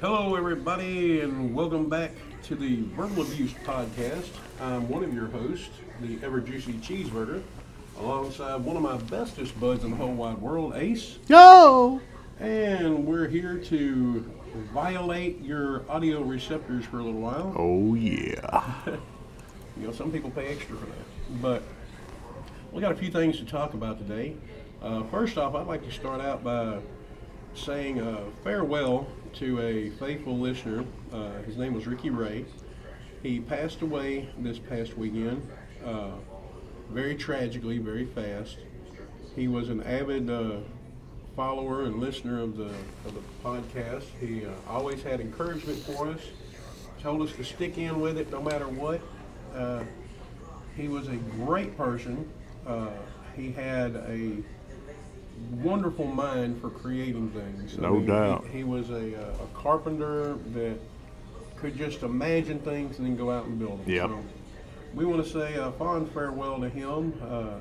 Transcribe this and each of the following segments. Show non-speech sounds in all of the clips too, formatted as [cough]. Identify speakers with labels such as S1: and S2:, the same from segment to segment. S1: Hello, everybody, and welcome back to the Verbal Abuse Podcast. I'm one of your hosts, the Ever Juicy Cheeseburger, alongside one of my bestest buds in the whole wide world, Ace.
S2: Yo!
S1: And we're here to violate your audio receptors for a little while.
S2: Oh yeah.
S1: You know, some people pay extra for that. But we got a few things to talk about today. Uh, first off, I'd like to start out by saying uh, farewell to a faithful listener. Uh, his name was Ricky Ray. He passed away this past weekend, uh, very tragically, very fast. He was an avid uh, follower and listener of the, of the podcast. He uh, always had encouragement for us, told us to stick in with it no matter what. Uh, he was a great person. Uh, he had a wonderful mind for creating things.
S2: No doubt.
S1: He, he was a, uh, a carpenter that could just imagine things and then go out and build them.
S2: Yep.
S1: So we want to say a fond farewell to him. Uh,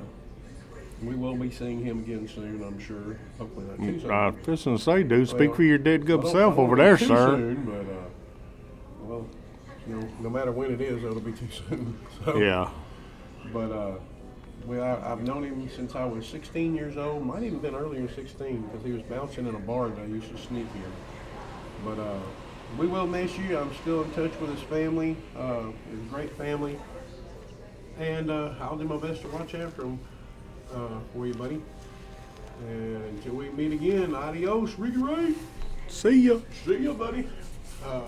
S1: we will be seeing him again soon, I'm sure. Hopefully not too soon.
S2: I was gonna say, dude, speak
S1: Well,
S2: for your dead
S1: I
S2: good
S1: don't-
S2: self
S1: I don't
S2: Uh, over
S1: know
S2: there,
S1: too
S2: sir.
S1: Soon, but uh, well, you know, no matter when it is, it'll be too soon. [laughs] So,
S2: Yeah.
S1: But uh, well, I, I've known him since I was 16 years old. Might even been earlier than 16 because he was bouncing in a bar that I used to sneak in. But uh, we will miss you. I'm still in touch with his family. Uh, his great family. And uh, I'll do my best to watch after him uh, for you, buddy. And until we meet again, adios, Ricky Ray.
S2: See ya.
S1: See ya, buddy. Uh,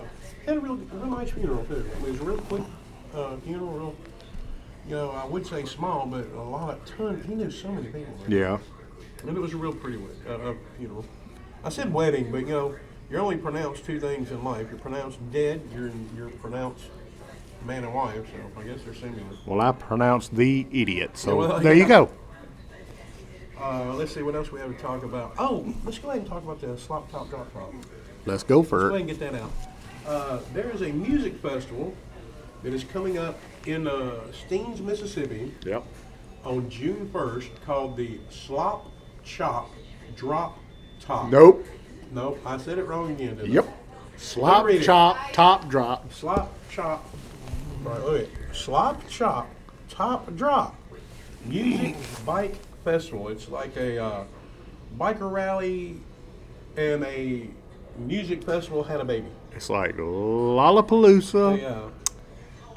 S1: had a real, a real nice funeral too. It was a real quick uh, funeral, real. You know, I would say small, but a lot, ton. He knew so many people. man.
S2: Yeah.
S1: And it was a real pretty wed- uh, uh, funeral. I said wedding, but you know, you're only pronounced two things in life. You're pronounced dead. You're you're pronounced man and wife. So I guess they're similar.
S2: Well, I pronounced the idiot, so
S1: well,
S2: there
S1: yeah.
S2: you go.
S1: Uh, let's see what else we have to talk about. Oh, let's go ahead and talk about the slop top drop top.
S2: Let's go
S1: Let's
S2: for
S1: go
S2: it.
S1: ahead and get that out. Uh, there is a music festival that is coming up in uh, Steens, Mississippi
S2: Yep.
S1: on June 1st called the Slop Chop Drop Top.
S2: Nope.
S1: Nope, I said it wrong again, didn't
S2: Yep.
S1: I?
S2: Slop,
S1: read it.
S2: chop, top, drop.
S1: Slop Chop. All right, wait. Slop Chop Top Drop Music Bike Festival. It's like a uh, biker rally and a music festival had a baby.
S2: It's like Lollapalooza
S1: Yeah.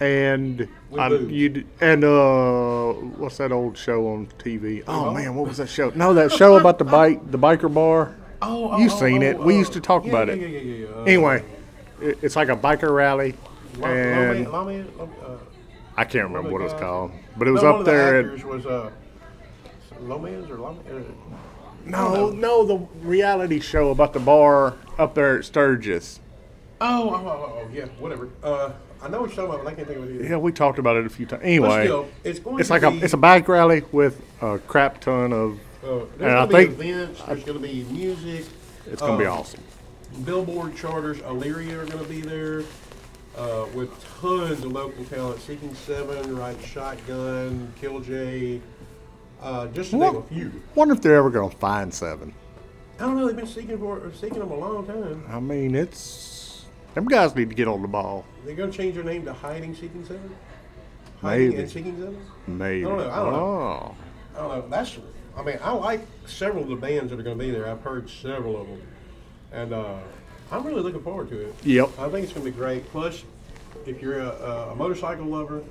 S2: and
S1: With
S2: I,
S1: boobs.
S2: you and uh, what's that old show on TV?
S1: Uh-huh.
S2: Oh man, what was that show? No, that show about the bike, the biker bar.
S1: Oh, oh,
S2: You've
S1: oh,
S2: seen
S1: oh,
S2: it. We
S1: uh,
S2: used to talk
S1: yeah,
S2: about
S1: yeah,
S2: it.
S1: Yeah, yeah, yeah. Uh,
S2: Anyway, it- it's like a biker rally,
S1: Lo-
S2: and
S1: Lama- Lama- uh,
S2: I can't remember what it's
S1: Lama-
S2: called, but it was
S1: no, one
S2: up
S1: of the
S2: there.
S1: actors
S2: At,
S1: was uh, Lomez or Lama, uh,
S2: no, no, the reality show about the bar up there at Sturgis.
S1: oh, oh, oh, oh, yeah, whatever. Uh, I know what you're talking about, but I can't think of it. Either.
S2: Yeah, we talked about it a few times.
S1: But
S2: Anyway,
S1: still, it's going.
S2: it's
S1: to
S2: like
S1: be,
S2: a it's a bike rally with a crap ton of.
S1: Uh, there's
S2: and I
S1: gonna be
S2: think-
S1: events. There's gonna be music.
S2: It's gonna be
S1: um,
S2: awesome.
S1: Billboard charters, Illyria are going to be there uh, with tons of local talent. Seeking Seven, Right Shotgun, Kill J, uh, just to name a
S2: Won-
S1: few.
S2: Wonder if they're ever gonna find seven.
S1: I don't know. They've been seeking for or seeking them a long time.
S2: I mean, it's them guys need to get on the ball.
S1: They're going to change their name to Hiding Seeking Seven. Hiding
S2: Maybe,
S1: and Seeking Seven.
S2: maybe.
S1: I don't know, I don't
S2: Oh,
S1: I don't know. That's. I mean, I like several of the bands that are going to be there. I've heard several of them, and uh, I'm really looking forward to it.
S2: Yep.
S1: I think it's going to be great. Plus, if you're a, a motorcycle lover,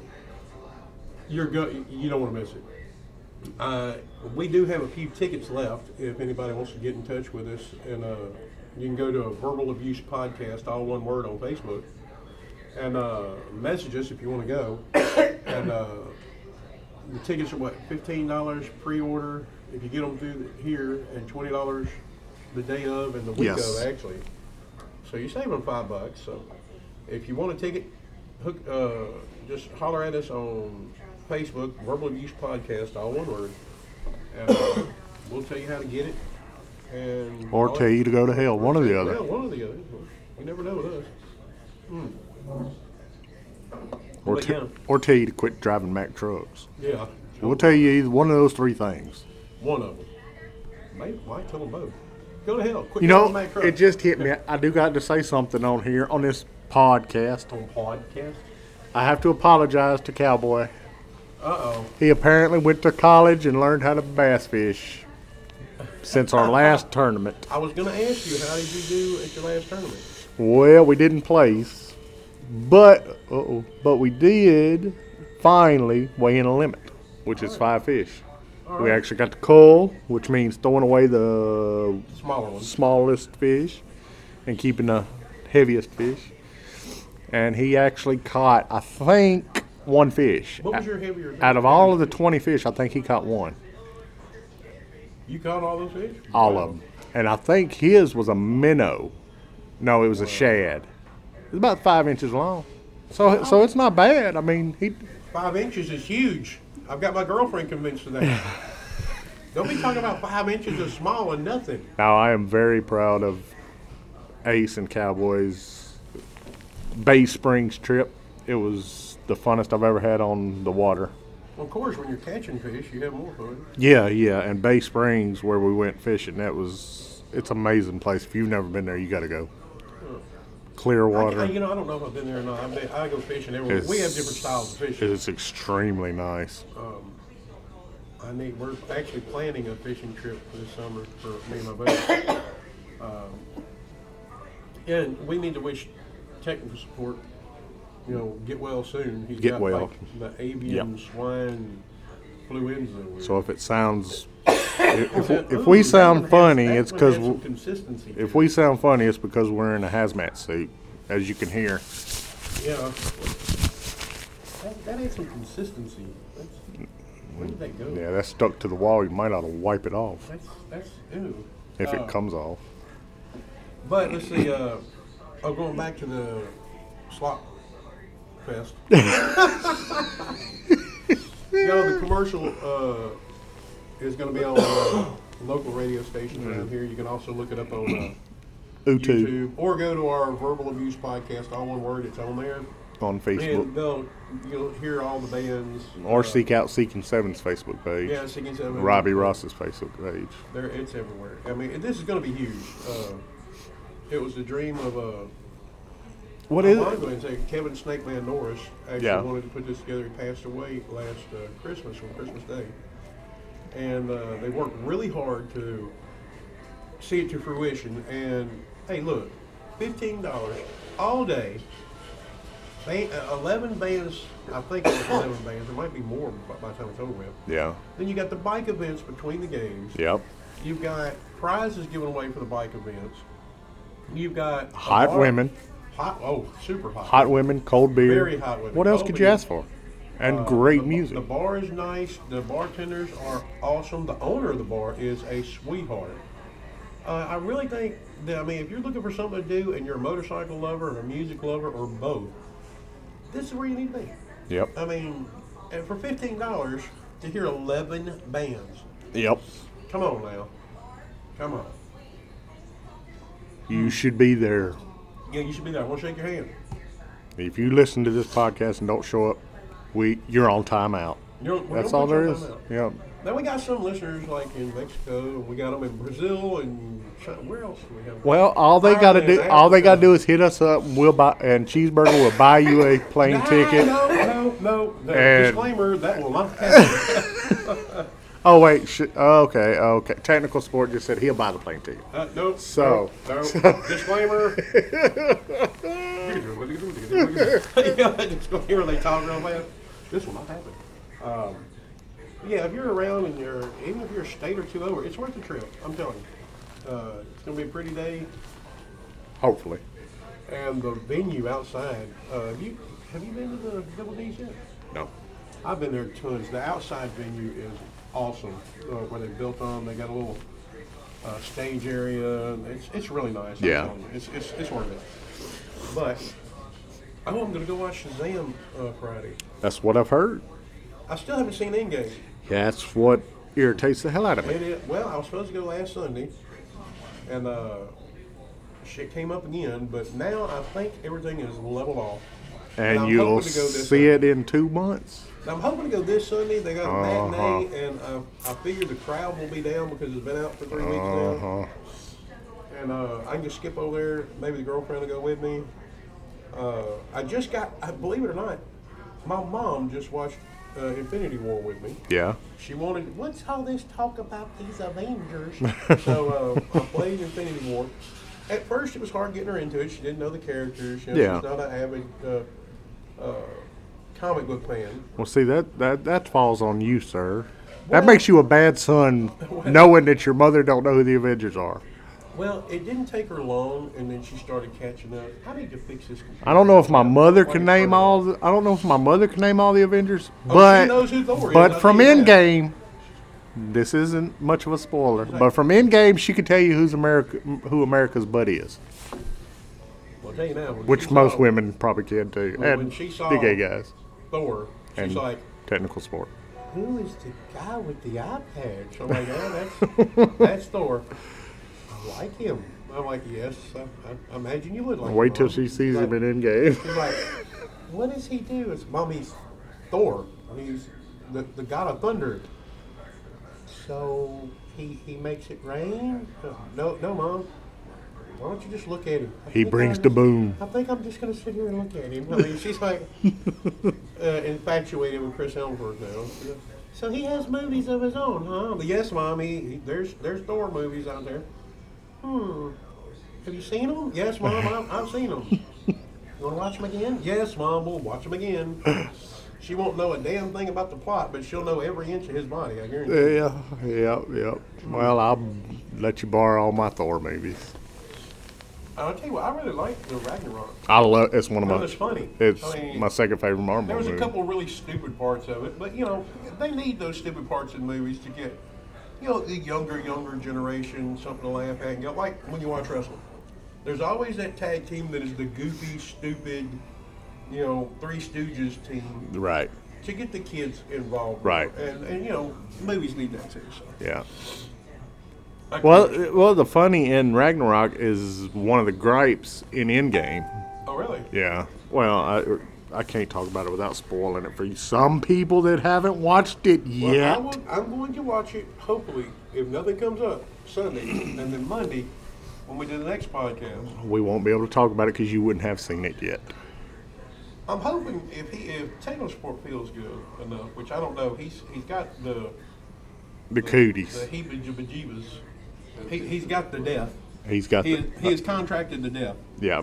S1: you're go- you don't want to miss it. Uh, we do have a few tickets left. If anybody wants to get in touch with us, and uh, you can go to a verbal abuse podcast, all one word, on Facebook, and uh, message us if you want to go. and uh, the tickets are what fifteen dollars pre-order if you get them through the, here, and twenty dollars the day of and the week
S2: Yes.
S1: of actually. So you're saving five bucks. So if you want a ticket, hook, uh, just holler at us on Facebook, Verbal Abuse Podcast, all one word, and uh, we'll tell you how to get it. And
S2: or
S1: all-
S2: tell you to go to hell. One or the
S1: Yeah,
S2: other.
S1: one or the other. You never know with us.
S2: Or,
S1: But
S2: t-
S1: yeah.
S2: or tell you to quit driving Mack trucks.
S1: Yeah,
S2: We'll tell you either one of those three things.
S1: one of them. Maybe might tell them both. Go to hell. Quit
S2: You
S1: yelling
S2: know,
S1: at Matt Crump.
S2: it just hit me. I do got to say something on here on this podcast.
S1: on podcast.
S2: I have to apologize to Cowboy.
S1: Uh oh.
S2: He apparently went to college and learned how to bass fish since our last tournament.
S1: I was going to ask you, how did you do at your last tournament?
S2: Well, we didn't place, but uh-oh, but we did finally weigh in a limit, which is five fish. We
S1: right.
S2: actually got the cull, which means throwing away the
S1: Smaller ones.
S2: smallest fish and keeping the heaviest fish. And he actually caught, I think, one fish.
S1: What was your heavier?
S2: Out of all of the 20 fish, I think he caught one.
S1: You caught all those fish?
S2: All of them. And I think his was a minnow. No, it was a shad. It was about five inches long. So, so it's not bad. I mean, he.
S1: Five inches is huge. I've got my girlfriend convinced of that.
S2: [laughs]
S1: Don't be talking about five inches is small and nothing.
S2: Now I am very proud of Ace and Cowboys Bay Springs trip. It was the funnest I've ever had on the water.
S1: Of course, when you're catching fish, you have more fun.
S2: Yeah, yeah, and Bay Springs where we went fishing, that was it's an amazing place. If you've never been there, you got to go. Clear
S1: I- I,
S2: water.
S1: you know, I don't know if I've been there or not. I've been, I go fishing everywhere. we have different styles of fishing.
S2: It's extremely nice.
S1: Uh, I need. We're actually planning a fishing trip this summer for me and my buddy. um, and we need to wish technical support. You know, get well soon. He's
S2: Get
S1: got
S2: well.
S1: like the avian swine influenza.
S2: So if
S1: [coughs]
S2: it sounds if, if,
S1: Ooh,
S2: if we
S1: that one
S2: sound
S1: has-
S2: funny,
S1: that
S2: it's
S1: one has
S2: because
S1: some consistency. to
S2: if we sound funny, it's because we're in a hazmat suit, as you can hear.
S1: it. yeah, that, that ain't some consistency. That's, where did that go?
S2: Yeah, that's stuck to the wall. You might ought to wipe it off
S1: That's that's ew.
S2: if
S1: Uh,
S2: it comes off.
S1: But let's see. Uh, oh, going back to the slot fest. you know, the commercial uh, is going to be on uh, local radio stations around here. You can also look it up on uh,
S2: Utu
S1: YouTube or go to our verbal abuse podcast. All one word. It's on there,
S2: on
S1: and
S2: Facebook
S1: they'll you'll hear all the bands.
S2: or
S1: uh,
S2: seek out Seeking Seven's Facebook page,
S1: Yeah, Seeking Seven.
S2: Robbie Ross's Facebook page.
S1: There, it's everywhere. I mean, this is going to be huge. Uh, it was the dream of Uh,
S2: What
S1: I
S2: is
S1: wanted to
S2: it?
S1: go ahead and say Kevin Snakeman Norris actually
S2: Yeah.
S1: wanted to put this together. He passed away last uh, Christmas on Christmas Day, and uh, they worked really hard to see it to fruition. And hey, look, fifteen dollars all day. Ba- uh, Eleven bands, I think it was eleven bands. It might be more by, by the time it's over with.
S2: Yeah.
S1: Then you got the bike events between the games.
S2: Yep.
S1: You've got prizes given away for the bike events. You've got a
S2: Hot
S1: bar-
S2: women,
S1: Hot, oh, super hot.
S2: hot women, cold beer.
S1: Very hot women.
S2: What else
S1: Cold
S2: could
S1: beer.
S2: you ask for? And
S1: Uh,
S2: great
S1: the-
S2: music.
S1: The bar is nice. The bartenders are awesome. The owner of the bar is a sweetheart. Uh, I really think that, I mean, if you're looking for something to do and you're a motorcycle lover or a music lover or both, this is where you need to be.
S2: yep.
S1: I mean, and for $15 to hear 11 bands,
S2: Yep.
S1: come on now. Come on.
S2: You should be there.
S1: Yeah, you should be there. I want to shake your hand.
S2: If you listen to this podcast and don't show up, we you're on timeout.
S1: You're, we're
S2: That's
S1: gonna
S2: all
S1: put
S2: there
S1: you on
S2: is.
S1: timeout.
S2: Yeah.
S1: Now we got some listeners like in Mexico, and we got them in Brazil, and China. where else do we have?
S2: Well, all they got to
S1: Ireland,
S2: do, all they got
S1: Africa.
S2: to do is hit us up. And we'll buy and cheeseburger will buy you
S1: [laughs]
S2: a plane
S1: Ah,
S2: ticket.
S1: No, no, no. The
S2: And-
S1: disclaimer that will not happen.
S2: Oh wait, sh- okay, okay. Technical support just said he'll buy the plane ticket.
S1: uh, no.
S2: So.
S1: No, no.
S2: [laughs]
S1: disclaimer. [laughs] yeah, disclaimer. They talk real fast. This will not happen. Um, yeah, if you're around and you're even if you're a state or two over, it's worth the trip. I'm telling you, uh, it's gonna be a pretty day.
S2: Hopefully,
S1: And the venue outside, uh, have you have you been to the Double D's yet?
S2: no.
S1: I've been there tons. The outside venue is awesome. Uh, where they built on, they got a little uh, stage area. It's it's really nice. I'm
S2: Yeah.
S1: telling you. it's it's it's worth it. But oh, I'm gonna go watch Shazam uh, Friday.
S2: That's what I've heard.
S1: I still haven't seen Endgame.
S2: That's what irritates the hell out of me.
S1: It is, well, I was supposed to go last Sunday, and uh, shit came up again. But now I think everything is leveled off.
S2: And
S1: I'm
S2: you'll
S1: hoping to go this
S2: see it in two months.
S1: Now, I'm hoping to go this Sunday. They got a uh,
S2: Uh-huh. Uh-huh.
S1: matinee, and I, I figure the crowd will be down because it's been out for 3 weeks now. and uh, I can just skip over there. Maybe the girlfriend will go with me. Uh, I just got, I believe it or not, my mom just watched uh, Infinity War with me.
S2: Yeah.
S1: She wanted, what's all this talk about these
S2: [laughs]
S1: Avengers? so uh, I played Infinity War. At first, it was hard getting her into it. She didn't know the characters. You know,
S2: Yeah.
S1: She's not an avid uh, uh, comic book fan.
S2: Well, see that that that falls on you, sir. that
S1: Well-
S2: makes you a bad
S1: [laughs]
S2: son, knowing that your mother don't know who the Avengers are.
S1: Well, it didn't take her long, and then she started catching up. I need to fix this computer.
S2: I don't know if my mother
S1: Why
S2: can
S1: you
S2: name
S1: throw it? Oh,
S2: all. The, I don't know if my mother can name all the Avengers,
S1: she
S2: but
S1: knows who Thor is,
S2: but
S1: I
S2: from
S1: tell you that.
S2: Endgame, this isn't much of a spoiler. But from Endgame, she could tell you who's America, who America's buddy is,
S1: Well, I tell you now, when
S2: which
S1: she
S2: most
S1: saw
S2: women probably can too,
S1: When- when
S2: and
S1: she saw-
S2: the gay guys
S1: Thor, she's
S2: and
S1: like,
S2: technical sport.
S1: who is the guy with the iPad? So I'm like, oh,
S2: [laughs]
S1: that's, that's Thor. I like him. I'm like, yes, I, I, I imagine you would like him.
S2: Wait till
S1: Mom."
S2: she
S1: She's
S2: sees
S1: like,
S2: him in Endgame. [laughs]
S1: She's like, what does he do? It's mommy's Thor. He's the, the god of thunder. So he, he makes it rain? No, no, mom. Why don't you just look at him? I
S2: He
S1: think
S2: brings
S1: I'm
S2: the
S1: just-
S2: boom.
S1: I think I'm just going to sit here and look at him. I mean, she's
S2: [laughs]
S1: like uh, infatuated with Chris Hemsworth now. So he has movies of his own, huh? But yes, mom. He, he- there's there's Thor movies out there. Hmm. Have you seen them? Yes, mom. I, I've seen
S2: [laughs]
S1: them. You want to watch them again? Yes, mom. We'll watch them
S2: [laughs]
S1: again. She won't know a damn thing about the plot, but she'll know every inch of his body. I guarantee. you.
S2: Yeah, yeah, yeah. Well, I'll let you borrow all my Thor movies.
S1: I'll tell you what. I really like the Ragnarok.
S2: I love. It's one of
S1: No,
S2: my.
S1: it's funny.
S2: It's
S1: I mean,
S2: my second favorite Marvel
S1: There was a
S2: movie.
S1: couple really stupid parts of it, but you know, they need those stupid parts in movies to get, you know, the younger, younger generation something to laugh at and go. Like when you watch wrestling, there's always that tag team that is the goofy, stupid, you know, Three Stooges team
S2: Right.
S1: to get the kids involved.
S2: Right.
S1: And and you know, movies need that too. So.
S2: Yeah.
S1: I-
S2: Well, uh, well, the funny in Ragnarok is one of the gripes in Endgame.
S1: oh really?
S2: Yeah. Well, I I can't talk about it without spoiling it for you. Some people that haven't watched it
S1: Well, I
S2: yet.
S1: will, I'm going to watch it, hopefully, if nothing comes up Sunday, and then Monday, when we do the next podcast.
S2: we won't be able to talk about it because you wouldn't have seen it yet.
S1: I'm hoping if he if Taylor Sport feels good enough, which I don't know, he's he's got the
S2: The
S1: the
S2: cooties.
S1: heebie-jeebie-jeebas. He he's got the death.
S2: He's got
S1: He
S2: the.
S1: is, he is contracted to death.
S2: yeah.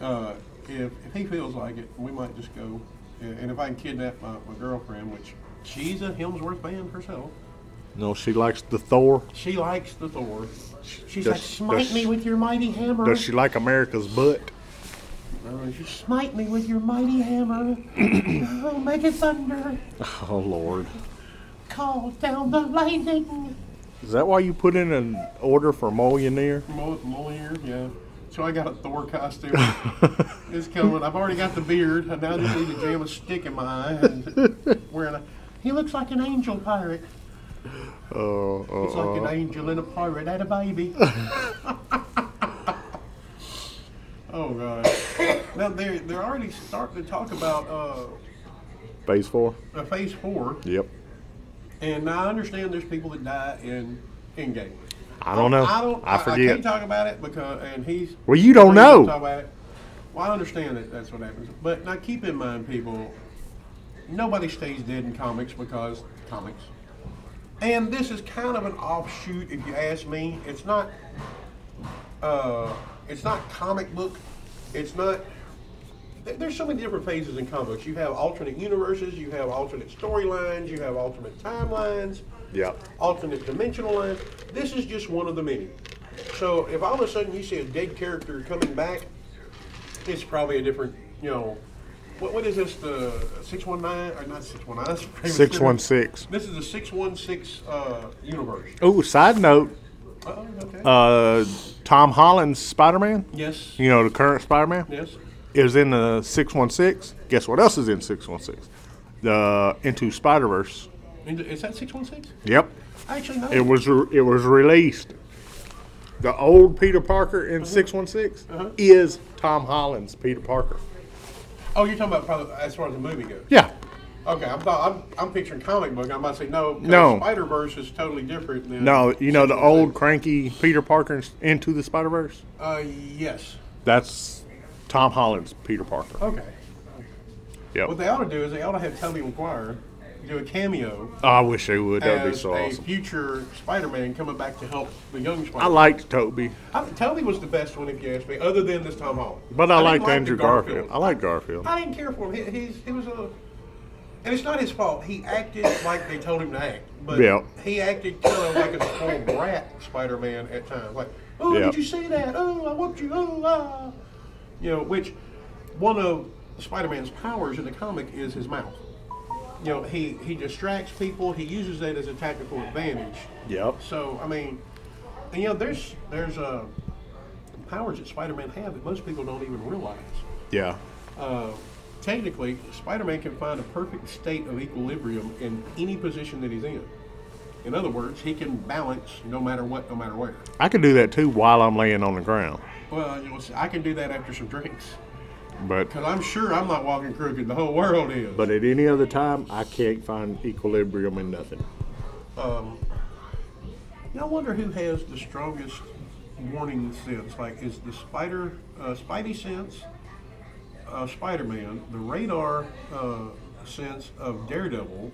S1: Uh, if if he feels like it, we might just go. uh, And and if I can kidnap my, my girlfriend, which she's a Hemsworth fan herself,
S2: No, she likes the Thor.
S1: she likes the Thor. She's
S2: Does-
S1: like, smite
S2: does-
S1: me with your mighty hammer.
S2: Does she like America's butt?
S1: Uh, she- smite me with your mighty
S2: [clears throat]
S1: hammer. oh, make it thunder.
S2: Oh Lord.
S1: Call down the lightning.
S2: Is that why you put in an order for Molyneux?
S1: Mo- Moliere, yeah. So I got a Thor costume. it's coming. I've already got the beard. I now just need to jam a stick in my eye. And wearing a, he looks like an angel pirate.
S2: Oh,
S1: It's like an angel and a pirate and a baby. oh god. Now they're they're already starting to talk about uh,
S2: phase four.
S1: uh, Phase Four,
S2: Yep.
S1: and I understand there's people that die in in game.
S2: I don't know.
S1: I don't.
S2: I
S1: I
S2: forget.
S1: can't talk about it because and he's.
S2: Well, you don't
S1: we can't
S2: know.
S1: Talk about it. Well, I understand that that's what happens, but now keep in mind, people. Nobody stays dead in comics because comics, and this is kind of an offshoot. If you ask me, it's not. Uh, it's not comic book. It's not. there- There's so many different phases in comics. You have alternate universes. You have alternate storylines. You have alternate timelines
S2: yeah.
S1: alternate dimensional lines. This is just one of the many. So if all of a sudden you see a dead character coming back, it's probably a different, you know, what, what is this? The six one nine or not six one nine?
S2: Six one six.
S1: This is the six one six uh, universe.
S2: Oh, side note.
S1: Oh, okay.
S2: Uh, Tom Holland's Spider Man.
S1: yes.
S2: You know the current Spider Man
S1: Yes.
S2: is in the six one six. Guess what else is in six one six? The Into Spider Verse.
S1: And Is that six one six?
S2: Yep.
S1: Actually, no.
S2: It was re- it was released. The old Peter Parker in six one six is Tom Holland's Peter Parker.
S1: oh, you're talking about probably as far as the movie goes.
S2: Yeah.
S1: Okay, I'm, thought- I'm, I'm picturing comic book. I might say no. 'cause
S2: No.
S1: Spider Verse is totally different than.
S2: No, you know the old cranky Peter Parker in- into the Spider Verse.
S1: Uh, yes.
S2: That's Tom Holland's Peter Parker.
S1: Okay.
S2: Yep.
S1: What they ought to do is they ought to have Tobey Maguire do a cameo
S2: Oh, I wish they would. That'd be
S1: as
S2: so
S1: a
S2: awesome.
S1: future Spider-Man coming back to help the young Spider.
S2: I liked Toby,
S1: I think Toby was the best one, if you ask me, other than this Tom Holland.
S2: but I,
S1: didn't
S2: liked
S1: like the
S2: Andrew Garfield. I liked Garfield.
S1: I didn't care for him. He, he's, he was a, and it's not his fault. He acted like they told him to act, but
S2: Yeah.
S1: he acted kind of like a spoiled brat Spider-Man at times. Like, oh,
S2: Yeah.
S1: did you see that? Oh, I want you. Oh, ah. you know, which one of Spider-Man's powers in the comic is his mouth. You know, he he distracts people. He uses that as a tactical advantage.
S2: Yep.
S1: So I mean, and, you know, there's there's uh, powers that Spider-Man have that most people don't even realize.
S2: Yeah.
S1: Uh, technically, Spider-Man can find a perfect state of equilibrium in any position that he's in. In other words, he can balance no matter what, no matter where.
S2: I could do that too while I'm laying on the ground.
S1: Well, you know, I can do that after some drinks,
S2: But
S1: because I'm sure I'm not walking crooked. The whole world is.
S2: but at any other time, I can't find equilibrium in nothing.
S1: You know, I wonder who has the strongest warning sense. Like, is the spider, uh, Spidey sense, uh, Spider Man, the radar uh, sense of Daredevil?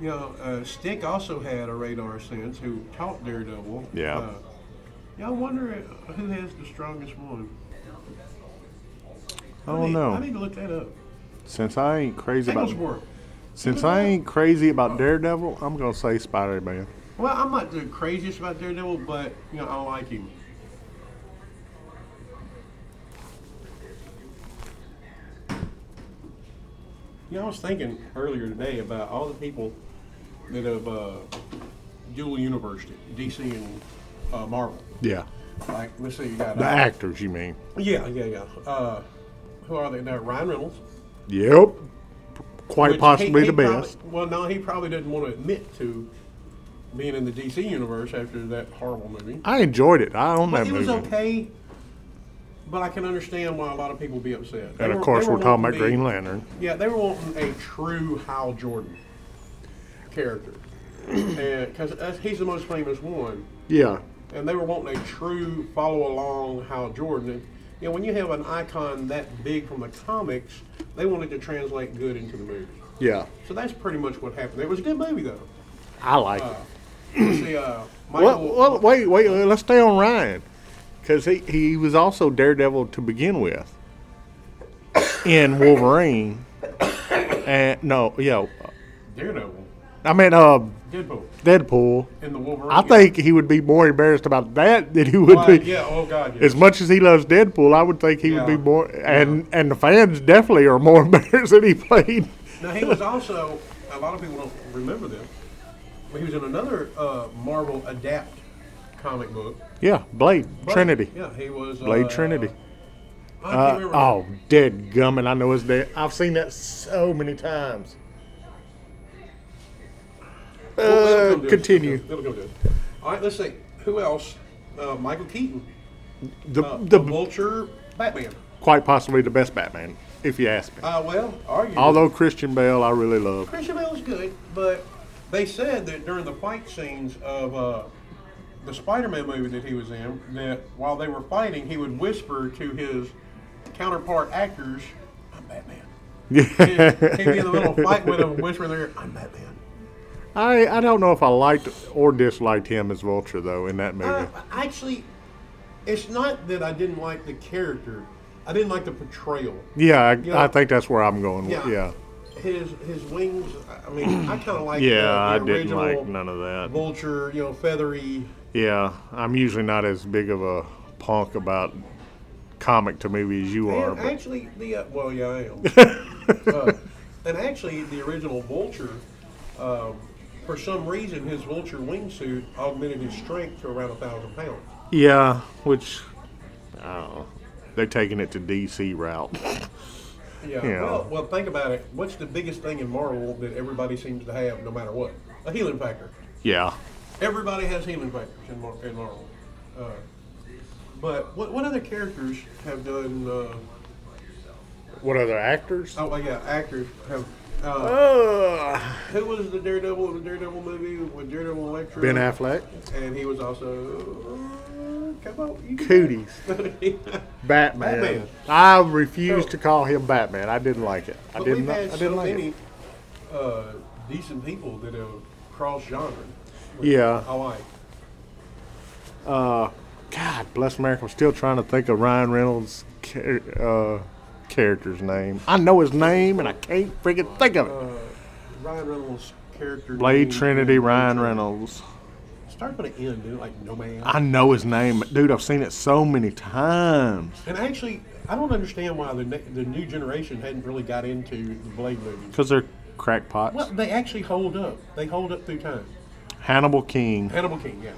S1: You know, uh, Stick also had a radar sense who taught Daredevil.
S2: Yeah.
S1: Uh, yeah, I wonder who has the strongest one.
S2: I don't
S1: need,
S2: know.
S1: I need to look that up.
S2: Since I ain't crazy about
S1: Higglesworth.
S2: since I ain't crazy about Daredevil, I'm gonna say Spider Man.
S1: Well, I'm not the craziest about Daredevil, but you know, I like him. You know, I was thinking earlier today about all the people that have uh, dual universed it, DC and uh, Marvel.
S2: Yeah.
S1: Like, let's see, you got
S2: The
S1: uh,
S2: actors, you mean?
S1: yeah, yeah, yeah. Uh, who are they now? Ryan Reynolds,
S2: Yep. Quite
S1: which he-
S2: possibly
S1: he
S2: the
S1: probably-
S2: best.
S1: well, no, he probably doesn't want to admit to being in the DC universe after that horrible movie.
S2: I enjoyed it. I own
S1: Well,
S2: that
S1: it
S2: movie.
S1: was okay, but I can understand why a lot of people be upset. They
S2: And of
S1: were-
S2: course,
S1: they were
S2: we're talking about
S1: wanting to be-
S2: Green Lantern.
S1: Yeah, they were wanting a true Hal Jordan
S2: [clears throat]
S1: character, because he's the most famous one,
S2: Yeah.
S1: and they were wanting a true follow-along Hal Jordan. And, you know, when you have an icon that big from the comics, they wanted to translate good into the movie.
S2: Yeah.
S1: So that's pretty much what happened. It was a good movie though.
S2: I like it.
S1: See,
S2: [clears throat]
S1: uh,
S2: Well,
S1: Michael.
S2: well, wait, wait. wait, Let's stay on Ryan, because he, he was also Daredevil to begin with in Wolverine, and no, yeah,
S1: Daredevil,
S2: I mean, uh,
S1: Deadpool,
S2: Deadpool.
S1: in the Wolverine.
S2: I think he would be more embarrassed about that than he would
S1: Why,
S2: be.
S1: yeah. Oh God. Yeah.
S2: As much as he loves Deadpool, I would think he would
S1: Yeah.
S2: be more, and and the fans definitely are more [laughs] embarrassed that he played.
S1: Now he was also a lot of people don't remember this, but he was in another uh, Marvel adapt comic book.
S2: Yeah, Blade
S1: But-
S2: Trinity,
S1: Yeah, he was
S2: Blade
S1: uh,
S2: Trinity.
S1: I
S2: Uh,
S1: can't remember.
S2: oh, dead gumming! I know it's dead. I've seen that so many times.
S1: Well, it'll
S2: Uh,
S1: come to us.
S2: continue.
S1: It'll come to us. All right, let's see who else. Uh, Michael Keaton,
S2: The,
S1: uh, the
S2: the
S1: Vulture, Batman.
S2: quite possibly the best Batman, if you ask me.
S1: Uh, well, arguably,
S2: Although Christian Bale, I really love. [laughs]
S1: Christian Bale's good, but they said that during the fight scenes of uh, the Spider-Man movie that he was in, that while they were fighting, he would whisper to his counterpart actors, "I'm Batman." he'd be in the middle of a fight with him, whispering there, "I'm Batman."
S2: I I don't know if I liked or disliked him as Vulture though in that movie.
S1: Uh, actually, it's not that I didn't like the character; I didn't like the portrayal.
S2: yeah, I,
S1: yeah.
S2: I think that's where I'm going.
S1: Yeah.
S2: With, yeah,
S1: His his wings. I- I mean, I kind of like.
S2: yeah,
S1: the,
S2: I
S1: the
S2: didn't
S1: original
S2: like none of that.
S1: Vulture, you know, feathery.
S2: Yeah, I'm usually not as big of a punk about comic to movie as you are.
S1: And
S2: But
S1: actually, the uh, well, yeah, I am.
S2: [laughs]
S1: uh, and actually, the original Vulture, um, for some reason, his Vulture wingsuit augmented his strength to around a thousand pounds.
S2: Yeah, which I don't know. Oh. They're taking it to
S1: [laughs]
S2: DC route.
S1: Yeah.
S2: Yeah.
S1: Well, well, think about it. What's the biggest thing in Marvel that everybody seems to have, no matter what? A healing factor.
S2: yeah.
S1: Everybody has healing factors in, Mar- in Marvel. Uh, but what, what other characters have done? Uh,
S2: What other actors?
S1: oh, well, yeah, actors have
S2: Ugh.
S1: Who was the Daredevil in the Daredevil movie with Daredevil Electro?
S2: Ben Affleck,
S1: And he was also. uh, Come on. you can-
S2: Cooties,
S1: [laughs]
S2: Batman.
S1: Batman.
S2: I refused
S1: So-
S2: to call him Batman. I didn't like it. I
S1: But
S2: didn't.
S1: we've
S2: I
S1: had
S2: didn't
S1: so
S2: like it.
S1: many uh, decent people that have crossed genre. which
S2: Yeah.
S1: I like.
S2: uh, God bless America. I'm still trying to think of Ryan Reynolds' char- uh, character's name. I know his name, and I can't freaking think of it.
S1: Uh, Ryan Reynolds' character.
S2: Blade
S1: name-
S2: Trinity, Ryan Reynolds.
S1: Start with an N, dude. Like no man.
S2: I know his name, but dude, I've seen it so many times
S1: and actually, I don't understand why the ne- the new generation hadn't really got into the Blade movies.
S2: because they're crackpots.
S1: Well, they actually hold up. They hold up through time.
S2: Hannibal King.
S1: Hannibal King, yeah.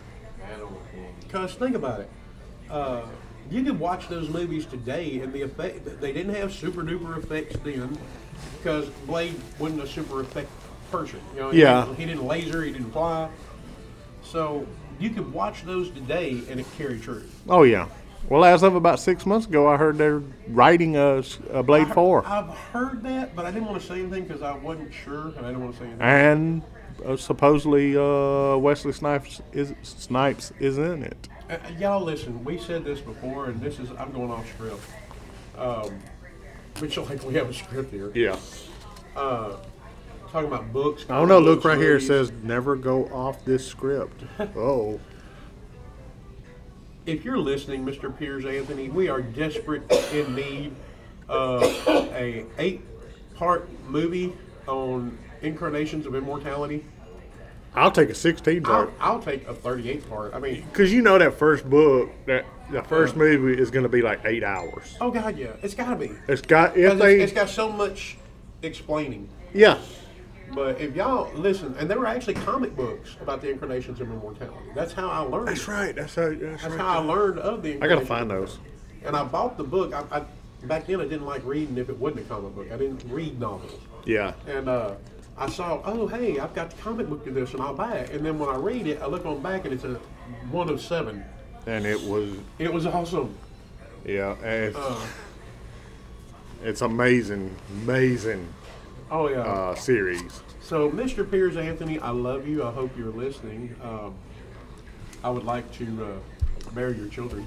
S3: Animal King.
S1: Because think about it. Uh, you could watch those movies today, and the effect they didn't have super duper effects then, because Blade wasn't a super effect person. You know, he
S2: Yeah.
S1: didn't- he didn't laser, he didn't fly. So you could watch those today, and it carried true.
S2: Oh yeah. Well, as of about six months ago, I heard they're writing a, s- a Blade Four
S1: I've heard that, but I didn't want to say anything because I wasn't sure, and I didn't want to say anything.
S2: and. Uh, supposedly, uh, Wesley Snipes is Snipes is in it.
S1: Uh, y'all listen, we said this before, and this is I'm going off script. Um, which like we have a script here.
S2: Yeah.
S1: Uh, talking about books.
S2: Oh no! Look
S1: books,
S2: right here. It
S1: movies.
S2: says never go off this script. Oh,
S1: if you're listening, Mr. Piers Anthony, we are desperate in need of a eight part movie on incarnations of immortality.
S2: I'll take a sixteen
S1: I'll,
S2: part
S1: I'll take a 38 part. I mean,
S2: because you know that first book, that the first movie is going to be like eight hours.
S1: oh god, yeah, it's gotta be. 'Cause
S2: It's got if
S1: it's-
S2: they
S1: it's got so much explaining.
S2: yeah
S1: But if y'all listen, and there were actually comic books about the incarnations of immortality. That's how I learned.
S2: that's right that's how that's,
S1: That's
S2: right.
S1: how I learned of the.
S2: I gotta find those.
S1: And I bought the book. I, I back then I didn't like reading if it wasn't a comic book. I didn't read novels.
S2: Yeah,
S1: And uh, I saw, oh hey, I've got the comic book to this, and I'll buy it. And then when I read it, I look on back, and it's a one of seven.
S2: and it was
S1: It was awesome.
S2: yeah, and it's,
S1: Uh,
S2: it's amazing, amazing
S1: oh yeah.
S2: uh, series.
S1: So, Mr. Piers Anthony, I love you. I hope you're listening. Um, I would like to uh, marry your children.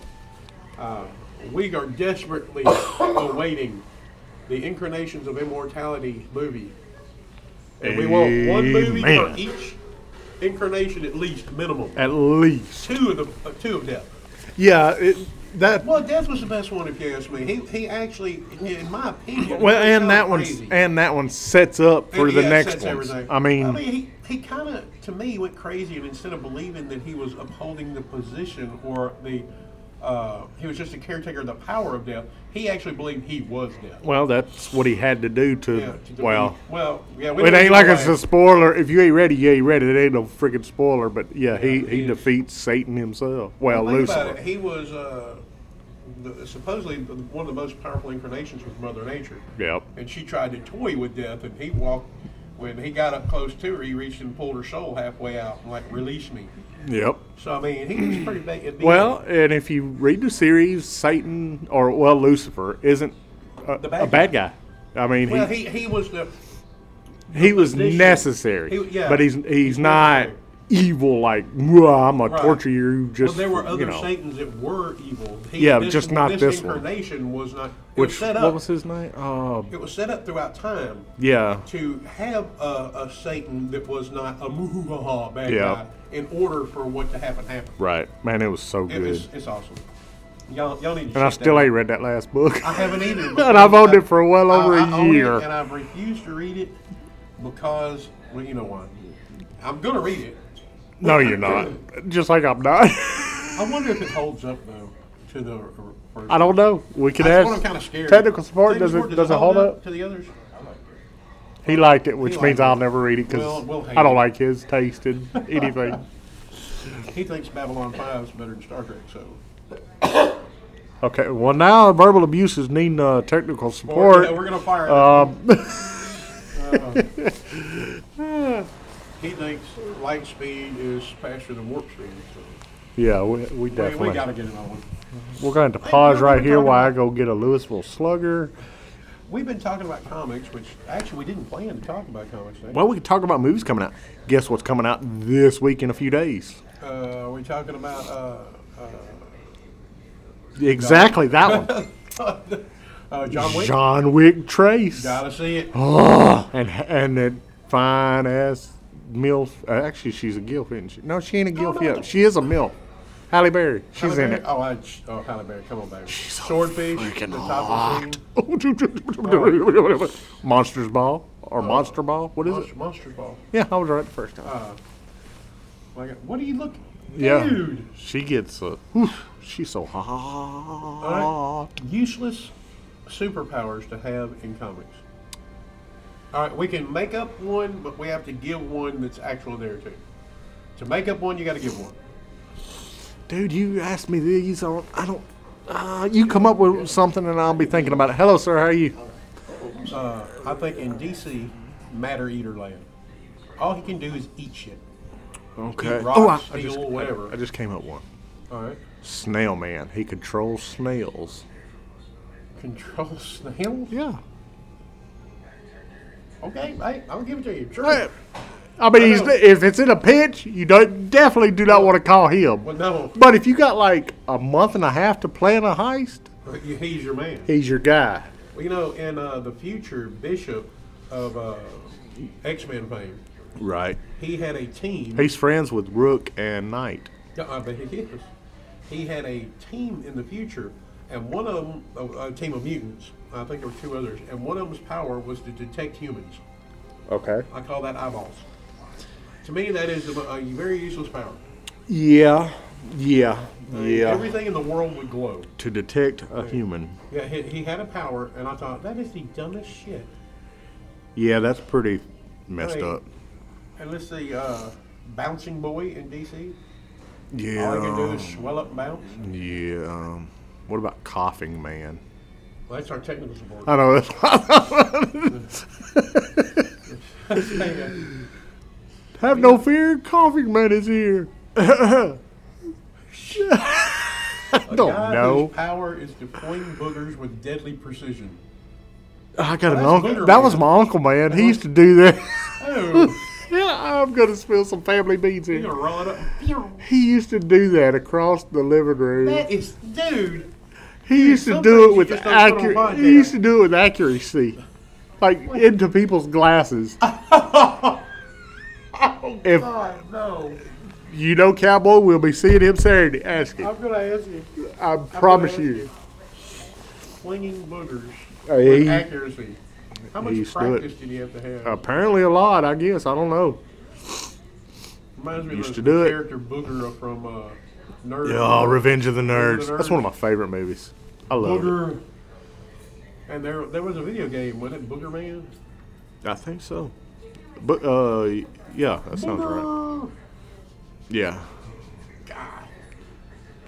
S1: Uh, we are desperately [coughs] awaiting the Incarnations of Immortality movie. And we want one movie for
S2: Amen.
S1: each incarnation at least, minimum.
S2: At least
S1: Two of the uh, two of death.
S2: yeah it, that
S1: Well, death was the best one, if you ask me. He, he actually, in my opinion,
S2: well
S1: he
S2: and
S1: kinda
S2: that one
S1: crazy.
S2: and that one sets up for
S1: And,
S2: the
S1: yeah, it
S2: next
S1: sets
S2: one.
S1: everything.
S2: I mean.
S1: I mean, he, he kind of, to me, went crazy, and instead of believing that he was upholding the position or the, uh, he was just a caretaker of the power of death, he actually believed he was death.
S2: Well, that's what he had to do to.
S1: Yeah, to- to
S2: well,
S1: be- well, yeah. We
S2: it
S1: don't
S2: ain't
S1: give
S2: like
S1: away.
S2: it's a spoiler. If you ain't ready, you ain't ready. It ain't no freaking spoiler. But yeah, he, he
S1: yeah.
S2: defeats Satan himself. Well,
S1: Think about it.
S2: Lucifer.
S1: He was uh, the, supposedly the- one of the most powerful incarnations was Mother Nature.
S2: Yep.
S1: And she tried to toy with death, and he walked. When he got up close to her, he reached and pulled her soul halfway out and like released me.
S2: Yep.
S1: So I mean, he was pretty big. at the
S2: Well,
S1: end.
S2: and if you read the series, Satan or well Lucifer isn't a,
S1: The bad
S2: a bad guy. I mean,
S1: Well,
S2: he,
S1: he, he was the
S2: he was
S1: position-
S2: necessary,
S1: he- yeah,
S2: but he's he's,
S1: he's
S2: not
S1: necessary.
S2: evil. Like "Mwah, I'm gonna
S1: Right.
S2: torture you.
S1: well.
S2: Just
S1: There were other
S2: you know,
S1: satans that were evil. He,
S2: Yeah, just not this one.
S1: incarnation was not. It was
S2: which
S1: set up.
S2: what was his name? Oh,
S1: It was set up throughout time
S2: yeah.
S1: to have a, a Satan that was not a muhaha bad
S2: Yeah.
S1: guy in order for what to happen happen.
S2: Right, man, it was so
S1: It
S2: good.
S1: was, it's awesome. Y'all, y'all need to.
S2: and I
S1: check that
S2: still
S1: out.
S2: ain't read that last book.
S1: I haven't either.
S2: and I've owned it for well over
S1: a
S2: a year.
S1: and I've refused to read it because, well, you know what? I'm gonna read it.
S2: [laughs]
S1: [laughs]
S2: no, you're not. Just like I'm not. [laughs]
S1: I wonder if it holds up though to the uh, first.
S2: I don't know. We can
S1: That's
S2: ask.
S1: what I'm kind of scared.
S2: Technical support
S1: Technical
S2: does it does it hold up?
S1: to the others?
S2: He liked it, which
S1: He
S2: means
S1: liked it.
S2: I'll never read it because
S1: Well, we'll hate
S2: I don't
S1: it.
S2: like his
S1: [laughs]
S2: taste in anything.
S1: He thinks Babylon Five is better than Star Trek. So
S2: okay, well now verbal abuse is needing uh, technical support.
S1: yeah, we're gonna fire.
S2: Um, [laughs]
S1: Uh, he thinks light speed is faster than warp speed. So
S2: yeah, we, we
S1: we,
S2: definitely.
S1: we gotta get it on.
S2: We're going to
S1: you,
S2: pause
S1: we're
S2: right
S1: gonna
S2: here
S1: talk
S2: while I
S1: about-
S2: go get a Louisville Slugger.
S1: We've been talking about comics, which actually we didn't plan to talk about comics. Today.
S2: Well, we could talk about movies coming out. Guess what's coming out this week in a few days?
S1: Uh, are we talking about? Uh,
S2: Exactly that one.
S1: uh, [laughs] John Wick.
S2: John Wick Trace.
S1: Gotta see it.
S2: Oh, and and that fine ass milf. Uh, actually, she's a gilf, isn't she? No, she ain't a gilf
S1: no,
S2: yet.
S1: no.
S2: She is a milf. Halle Berry. She's
S1: Halle
S2: in
S1: Berry-
S2: it.
S1: Oh, I, oh, Halle Berry, come on, baby.
S2: so
S1: Swordfish,
S2: freaking
S1: the top of
S2: hot.
S1: the scene.
S2: [laughs] Monsters Ball or Monster Ball? What is
S1: Oh. Monster, Uh,
S2: it?
S1: Monster Ball.
S2: Yeah, I was right the first time.
S1: Like, what are you looking?
S2: yeah,
S1: Dude,
S2: she gets a. Whew, she's so hot.
S1: useless superpowers to have in comics. All right, we can make up one, but we have to give one that's actual there too. To make up one, you got to give one.
S2: Dude, you asked me these. I don't. I don't uh, you come up with something, and I'll be thinking about it. Hello, sir. How are you?
S1: Uh, I think in DC, Matter Eater Land. All he can do is eat shit.
S2: Okay.
S1: rocks,
S2: oh, I, I
S1: steel,
S2: just
S1: whatever.
S2: I just came up one.
S1: All right,
S2: Snail man. He controls snails.
S1: control [laughs] snails.
S2: Yeah.
S1: Okay, hey, I'll give it to you. Sure.
S2: I mean, he's,
S1: know.
S2: if it's in a pinch, you don't definitely do not want to call him.
S1: Well, no, [laughs]
S2: But if you got like a month and a half to plan a heist,
S1: you- he's your man.
S2: he's your guy.
S1: Well, you know, in uh, the future, Bishop of uh, X Men fame,
S2: Right.
S1: he had a team.
S2: He's friends with Rook and Knight.
S1: Yeah, I bet he is. He had a team in the future, and one of them, a, a team of mutants. I think there were two others, and one of them's power was to detect humans.
S2: Okay.
S1: I call that eyeballs. To me, that is a, a very useless power.
S2: Yeah. Yeah.
S1: I mean,
S2: yeah.
S1: Everything in the world would glow.
S2: to detect a human.
S1: Yeah, he, he had a power, and I thought that is the dumbest shit.
S2: Yeah, that's pretty messed
S1: Right.
S2: up.
S1: And let's see, uh, bouncing boy in DC.
S2: Yeah.
S1: All he can do is swell up and bounce.
S2: yeah. um, What about coughing man?
S1: Well, that's our technical support. [laughs]
S2: I know that's [laughs] Have no fear, coughing man is here. [laughs] I don't
S1: Guy
S2: know.
S1: Whose power is to fling boogers with deadly precision.
S2: I got an
S1: That's
S2: uncle.
S1: booger
S2: That was
S1: man.
S2: my uncle, man. He used to do that. [laughs]
S1: Oh,
S2: yeah, I'm gonna spill some family beans
S1: you're
S2: here.
S1: gonna roll it up.
S2: He used to do that across the living room.
S1: That is, dude.
S2: He used to
S1: some
S2: do
S1: things
S2: it
S1: you
S2: with
S1: just don't put on
S2: accuracy.
S1: bond,
S2: He
S1: yeah.
S2: used to do it with accuracy, like into
S1: [laughs]
S2: people's glasses. if
S1: Oh no.
S2: you know Cowboy, we'll be seeing him Saturday. Ask him.
S1: I'm gonna ask you.
S2: I promise
S1: ask
S2: you.
S1: Flinging boogers
S2: Uh,
S1: with
S2: he-
S1: accuracy. How much
S2: used to do it. Uh,
S1: practice did you have to have?
S2: Apparently, a lot. I guess I don't know.
S1: Reminds me
S2: used
S1: of
S2: to
S1: the
S2: do it.
S1: character Booger from uh, Nerd.
S2: Oh, Revenge of the Nerds.
S1: Nerds.
S2: That's one of my favorite movies. I love
S1: Booger. And there, there was a video game, wasn't it? Booger Man.
S2: it. I think so. But uh, yeah, that sounds right.
S1: Booger.
S2: Yeah.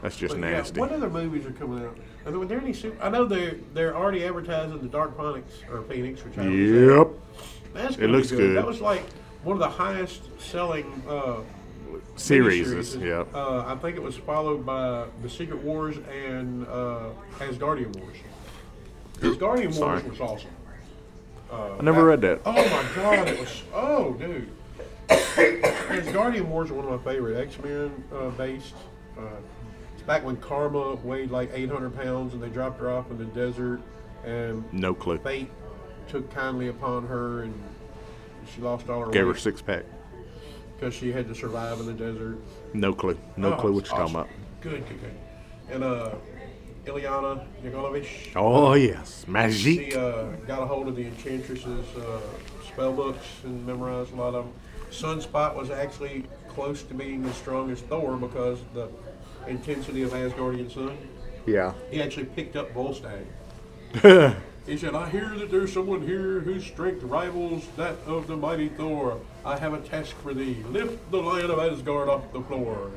S2: That's just
S1: But
S2: nasty.
S1: Yeah, what other movies are coming out? Are there, were there any super, I know they're they're already advertising the Dark Phoenix or Phoenix, which I haven't seen.
S2: Yep.
S1: That's
S2: It looks
S1: be
S2: good.
S1: That was like one of the highest selling uh,
S2: Series.
S1: miniseries.
S2: Yep.
S1: Uh, I think it was followed by the Secret Wars and uh, Asgardian Wars. Asgardian
S2: Sorry.
S1: Wars was awesome.
S2: I never read that.
S1: Oh my god, it was oh dude. Asgardian Wars are one of my favorite X Men uh, based. Uh, it's back when Karma weighed like 800 pounds and they dropped her off in the desert and
S2: No clue.
S1: fate took kindly upon her and she lost all her
S2: Gave her six pack.
S1: because she had to survive in the desert.
S2: No clue. No
S1: Oh,
S2: clue what
S1: it's
S2: you're talking about.
S1: awesome. Good, good, good. And uh, Ilyana Yagolovich,
S2: Oh yes,
S1: she
S2: magic.
S1: uh, got a hold of the Enchantress's uh, spell books and memorized a lot of them. Sunspot was actually close to being as strong as Thor because of the intensity of Asgardian sun.
S2: Yeah.
S1: He actually picked up
S2: [laughs]
S1: Volstagg. he said, I hear that there's someone here whose strength rivals that of the mighty Thor. I have a task for thee. Lift the lion of Asgard off the floor.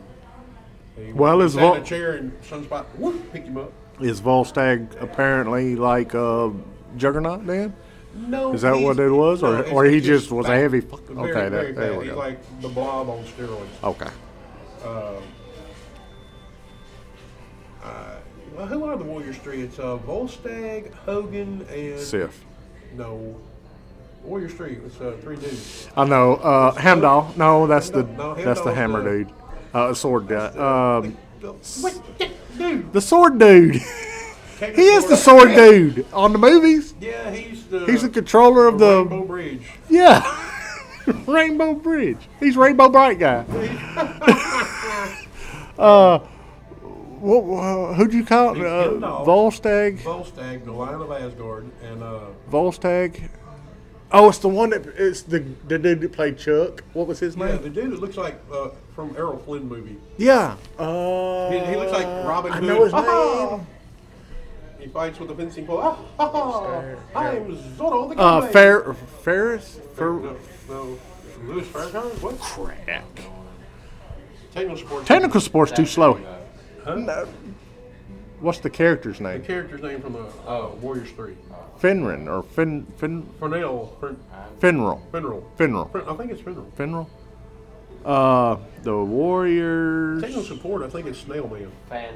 S1: He
S2: Well, is
S1: sat in
S2: Vol-
S1: a chair and Sunspot whoop, picked him up.
S2: Is Volstagg apparently like uh, Juggernaut then?
S1: No,
S2: Is that
S1: he's-
S2: what it was, or-
S1: it's-
S2: or he
S1: he's
S2: just was a
S1: fat.
S2: heavy fuck-
S1: Very,
S2: okay, that-
S1: very
S2: there
S1: fat.
S2: we
S1: He's
S2: go. Oh.
S1: like the blob on steroids.
S2: Okay.
S1: Well, who are the Warriors three? It's uh, Volstagg, Hogan, and
S2: Sif.
S1: No. Warrior Street. It's uh, three dudes.
S2: I know. Uh, Hamdall. No, that's the
S1: No,
S2: that's the
S1: Hamdall's
S2: hammer
S1: the-
S2: dude. Uh, sword guy. Um,
S1: What? Dude.
S2: the sword dude. [laughs]
S1: Take
S2: he is
S1: [laughs]
S2: the sword dude on the movies.
S1: Yeah, he's the.
S2: He's the controller of the
S1: Rainbow Bridge.
S2: yeah. [laughs] Rainbow Bridge. He's Rainbow Bright [laughs] guy. uh, what, who'd you call it? Uh,
S1: Hamdall.
S2: Volstagg.
S1: Volstagg, the Lion of Asgard, and uh,
S2: Volstagg. Oh, it's the one that it's the the dude that played Chuck. What was his
S1: yeah,
S2: name?
S1: the dude that looks like uh, from Errol Flynn movie.
S2: Yeah. Uh,
S1: He, he looks like Robin
S2: I
S1: Hood.
S2: know his
S1: Ha ha! [laughs]
S2: name.
S1: He fights with a fencing pole. Ah, ha, ha.
S2: Fair-
S1: I am Zorro the
S2: Uh,
S1: Gunblade.
S2: Fer- Ferris. Fer-
S1: No, no. Louis Farrakhan? What?
S2: crap.
S1: Technical sports.
S2: Technical sports too slow.
S1: Huh?
S2: What's the character's
S1: The
S2: name?
S1: character's name from the uh, Warriors 3.
S2: Finrin or Fin Fin
S1: Fernell. Fen-
S2: Finral.
S1: Fenrel.
S2: Finral.
S1: Fen- I think it's Fenrel.
S2: Finral. Uh, the Warriors.
S1: Technical support, I think it's Snail Man.
S3: Fan.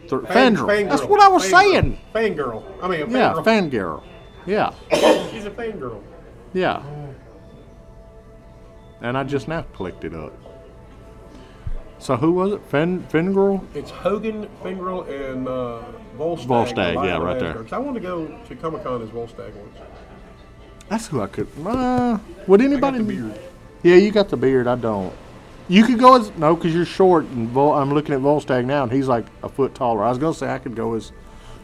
S2: Th-
S1: Fan-
S2: Fandral.
S1: fangirl.
S2: That's what I was
S1: Fangirl.
S2: saying.
S1: Fangirl. I mean, a
S2: Yeah,
S1: fangirl.
S2: Fangirl. Yeah,
S1: She's a fangirl.
S2: yeah.
S1: Oh.
S2: And I just now clicked it up. So who was it? Fin Fingirl?
S1: It's Hogan, Fangirl, and uh, Volstagg.
S2: Volstagg,
S1: Lion
S2: yeah,
S1: of
S2: right there.
S1: Asgard. 'Cause I wanted to go to Comic Con as Volstagg once.
S2: That's who I could. Uh, would
S1: I got
S2: anybody?
S1: the beard.
S2: Yeah, you got the beard. I don't. You could go as no, because you're short. And Vol, I'm looking at Volstagg now, and he's like a foot taller. I was gonna say I could go as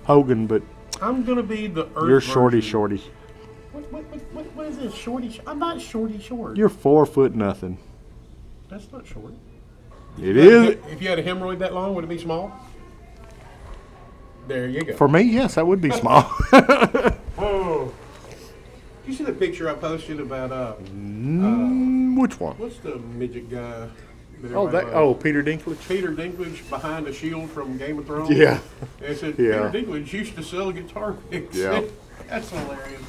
S2: Hogan, but
S1: I'm gonna be the Earth.
S2: you're shorty,
S1: version.
S2: shorty.
S1: What, what, what, what, what is this shorty? Sh- I'm not shorty short.
S2: You're four foot nothing.
S1: That's not short.
S2: It is
S1: If you had a hemorrhoid that long, would it be small? There you go.
S2: for me. Yes, that would be small.
S1: oh. You see the picture I posted about uh,
S2: [laughs] Mm, Which one?
S1: what's the midget guy? that
S2: Oh,
S1: everybody
S2: that.
S1: loves?
S2: Oh, Peter Dinklage.
S1: Peter Dinklage behind a shield from Game of Thrones.
S2: Yeah.
S1: They said
S2: Yeah.
S1: Peter Dinklage used to sell guitar picks.
S2: Yeah.
S1: [laughs] That's hilarious.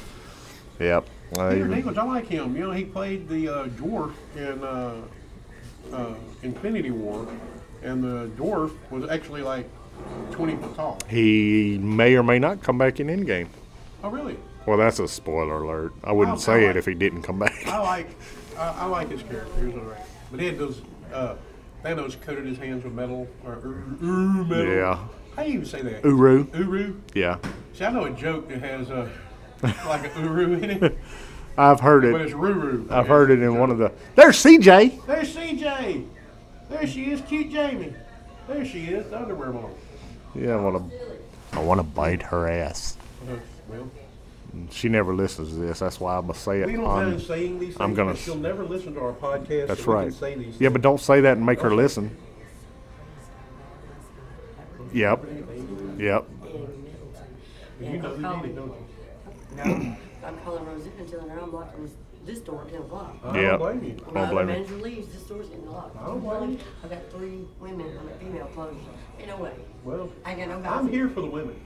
S2: Yep. Uh, I
S1: Peter
S2: even-
S1: Dinklage, I like him. You know, he played the uh, dwarf in uh, uh, Infinity War, and the dwarf was actually like 20 foot tall.
S2: he may or may not come back in Endgame.
S1: Oh, really?
S2: Well, that's a spoiler alert. I wouldn't
S1: Oh,
S2: say it
S1: God.
S2: if he didn't come
S1: [laughs]
S2: back. [laughs]
S1: I like I, I like his character. He was all right. But he had those uh, Thanos coated his hands with metal or uru uru metal.
S2: Yeah.
S1: How do you even say that?
S2: Uru.
S1: Uru.
S2: Yeah.
S1: See, I know a joke that has uh, like an uru in it,
S2: I've heard
S1: but
S2: it.
S1: it's ruru.
S2: [laughs] I've heard it in one of the. There's CJ.
S1: There's CJ. There she is, cute Jamie. There she is, the underwear model.
S2: Yeah, I want to. I want to bite her ass.
S1: Uh, Well,
S2: She never listens to this. That's why I'm gonna say
S1: we
S2: it.
S1: don't
S2: On,
S1: mind saying these things.
S2: Um, I'm gonna
S1: but she'll
S2: s-
S1: never listen to our podcast.
S2: that's
S1: so we can
S2: right.
S1: say these
S2: Yeah, but don't say that and make her listen. Yep. Yep.
S1: things. you know who did it, don't you?
S3: No, I'm calling Rosetta and telling her I'm locking this, this door at 10 o'clock.
S1: I
S2: Yeah.
S1: don't blame you.
S3: When
S2: don't
S3: the other
S2: blame her.
S3: manager leaves, this door's getting locked.
S1: I don't blame you.
S3: I got three women, I'm a female closed. Ain't no way.
S1: Well,
S3: I ain't got no guys.
S1: I'm here for the women.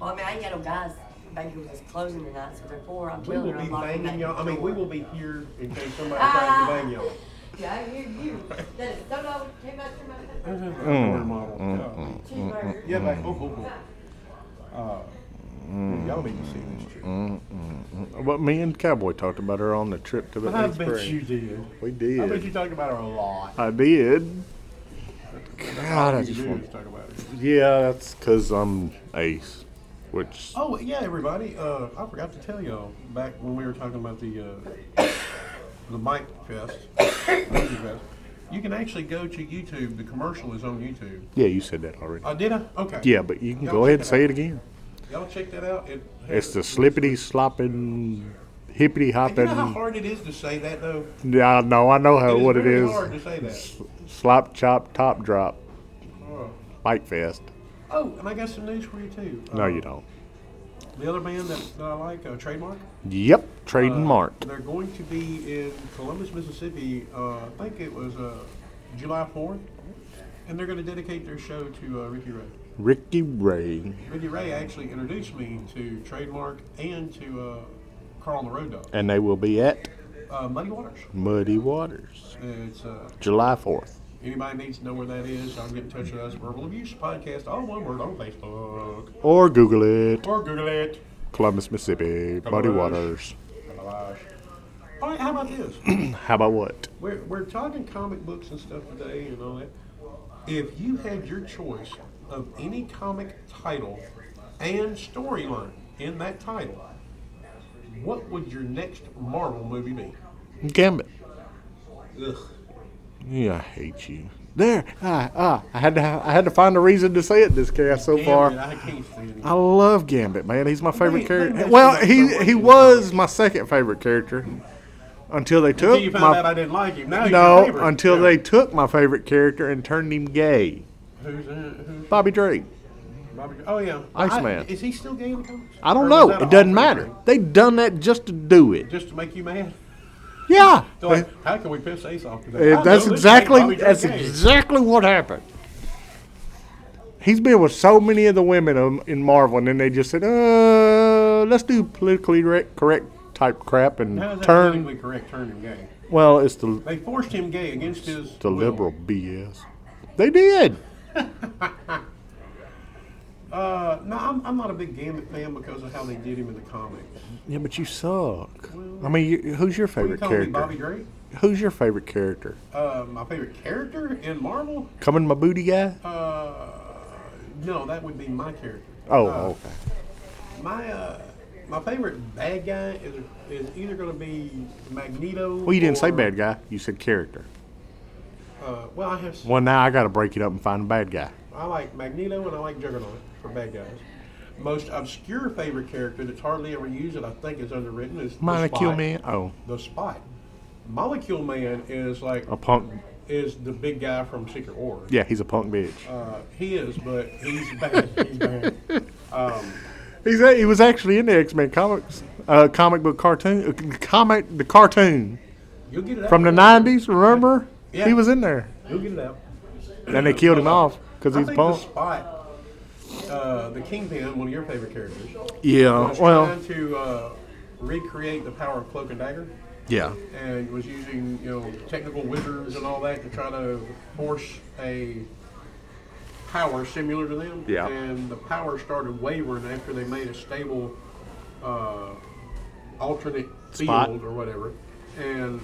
S3: Well, I mean, I ain't got no guys back here that's closing tonight, so therefore I'm
S1: We
S3: telling
S1: will
S3: her
S1: be
S3: I'm locking
S1: banging
S3: that
S1: y'all. I mean,
S3: door. Ah.
S1: we will be here in case somebody tries to bang y'all.
S3: Yeah, I hear you. That is so dog came out your mouth.
S2: Mm,
S1: Underwear model. Yeah.
S2: Mm-hmm.
S3: Cheeseburger.
S1: Yeah, like, oh, oh, oh.
S2: Mm.
S1: Uh, y'all need to see this chick.
S2: Well, me and Cowboy talked about her on the trip to the.
S1: I
S2: East
S1: bet
S2: Spring.
S1: you did.
S2: We
S1: I bet
S2: did.
S1: you talked about her a lot.
S2: I did. God, I
S1: You
S2: just
S1: do
S2: want.
S1: talk about it.
S2: Yeah, that's because I'm ace, which
S1: Oh yeah, everybody. Uh, I forgot to tell y'all back when we were talking about the uh, [coughs] the mic fest, music fest. You can actually go to YouTube. The commercial is on YouTube.
S2: yeah, you said that already.
S1: Uh, did I? Okay.
S2: Yeah, but you can
S1: Y'all
S2: go ahead and
S1: check
S2: say
S1: out.
S2: it again.
S1: Y'all check that out. It
S2: It's the slippity slopping, hippity
S1: And You know how
S2: hopping.
S1: hard it is to say that though.
S2: Yeah, I know, I know how
S1: It is
S2: what it
S1: very
S2: is.
S1: hard to say that.
S2: Slop chop top drop
S1: Oh.
S2: bike fest.
S1: Oh, and I got some news for you too.
S2: No,
S1: Uh,
S2: you don't.
S1: The other band that, that I like, uh, Trademark.
S2: Yep, trading
S1: Uh,
S2: mark.
S1: They're going to be in Columbus, Mississippi. Uh, I think it was uh, July 4th, and they're going to dedicate their show to uh, Ricky Ray.
S2: Ricky Ray
S1: Ricky Ray actually introduced me to Trademark and to uh, Carl the Road Dog,
S2: and they will be at
S1: uh, Muddy Waters.
S2: Muddy Waters
S1: It's uh,
S2: July fourth.
S1: anybody needs to know where that is. I'll get in touch with us. Verbal Abuse Podcast, all one word on Facebook
S2: Or Google it.
S1: or Google it.
S2: Columbus, Mississippi. Buddy
S1: Columbus.
S2: Waters.
S1: All right, how about this?
S2: How about what?
S1: We're, we're talking comic books and stuff today and all that. If you had your choice of any comic title and storyline in that title, what would your next Marvel movie be?
S2: Gambit.
S1: Ugh.
S2: Yeah, I hate you. There. Ah, ah. I had to. ha- I had to find a reason to say it this cast so
S1: Damn
S2: far.
S1: it, I can't stand it.
S2: I love Gambit, man. He's my favorite
S1: they
S2: character.
S1: messed
S2: Well,
S1: him up so
S2: he
S1: much
S2: he
S1: in the
S2: was my second favorite character until they
S1: Until
S2: took
S1: you found out I
S2: my
S1: didn't like him. Now he's your
S2: no
S1: favorite.
S2: until
S1: Yeah.
S2: they took my favorite character and turned him gay.
S1: Who's, uh, who's
S2: Bobby Drake.
S1: Bobby? Oh yeah,
S2: Iceman.
S1: I, is he still gay in the comics?
S2: I
S1: Or
S2: don't
S1: was
S2: know.
S1: that an
S2: It doesn't
S1: alternate
S2: matter.
S1: thing?
S2: They done that just to do it.
S1: Just to make you mad.
S2: Yeah.
S1: They're like, how can we piss Ace off today?
S2: Uh,
S1: I
S2: that's
S1: know this ain't
S2: exactly
S1: Bobby
S2: that's
S1: Drake gay.
S2: exactly what happened. He's been with so many of the women um, in Marvel, and then they just said, "Uh, let's do politically re- correct type crap and
S1: How is that
S2: turn."
S1: politically correct? Turn him gay.
S2: Well, it's the
S1: They forced him gay against his
S2: the
S1: will.
S2: liberal BS. They did.
S1: Uh, no, I'm, I'm not a big Gambit fan because of how they did him in the comics.
S2: Yeah, but you suck. I mean, you, who's your
S1: What are you
S2: favorite
S1: calling me, Bobby
S2: character?
S1: Drake?
S2: Who's your favorite character?
S1: Uh, my favorite character in Marvel?
S2: Coming my booty guy?
S1: Uh, no, that would be my character.
S2: Oh,
S1: Uh,
S2: okay.
S1: My uh, my favorite bad guy is is either going to be Magneto.
S2: Well, you didn't say
S1: or-
S2: bad guy. You said character.
S1: Uh, well, I have
S2: Well, now I got to break it up and find a bad guy.
S1: I like Magneto and I like Juggernaut for bad guys. Most obscure favorite character that's hardly ever used that I think is underwritten is
S2: Molecule
S1: the Spot.
S2: man. Oh,
S1: The Spot. Molecule Man is like
S2: a punk.
S1: is the big guy from Secret War.
S2: Oh. Yeah, he's a punk bitch.
S1: Uh, he is, but he's bad. he's bad.
S2: [laughs]
S1: Um,
S2: He's a, he was actually in the X Men comics, uh, comic book cartoon, uh, comic the cartoon
S1: you'll get it out
S2: from the
S1: there.
S2: nineties. Remember,
S1: Yeah.
S2: he was in there,
S1: You'll get it out.
S2: and they killed him off because
S1: I
S2: he's
S1: think
S2: punk.
S1: The Spot. Uh, the Kingpin, one of your favorite characters,
S2: Yeah,
S1: was
S2: Oh, well,
S1: trying to uh, recreate the power of Cloak and Dagger.
S2: yeah,
S1: and was using you know technical wizards and all that to try to force a power similar to them.
S2: Yeah.
S1: And the power started wavering after they made a stable uh, alternate
S2: Spot.
S1: field or whatever, and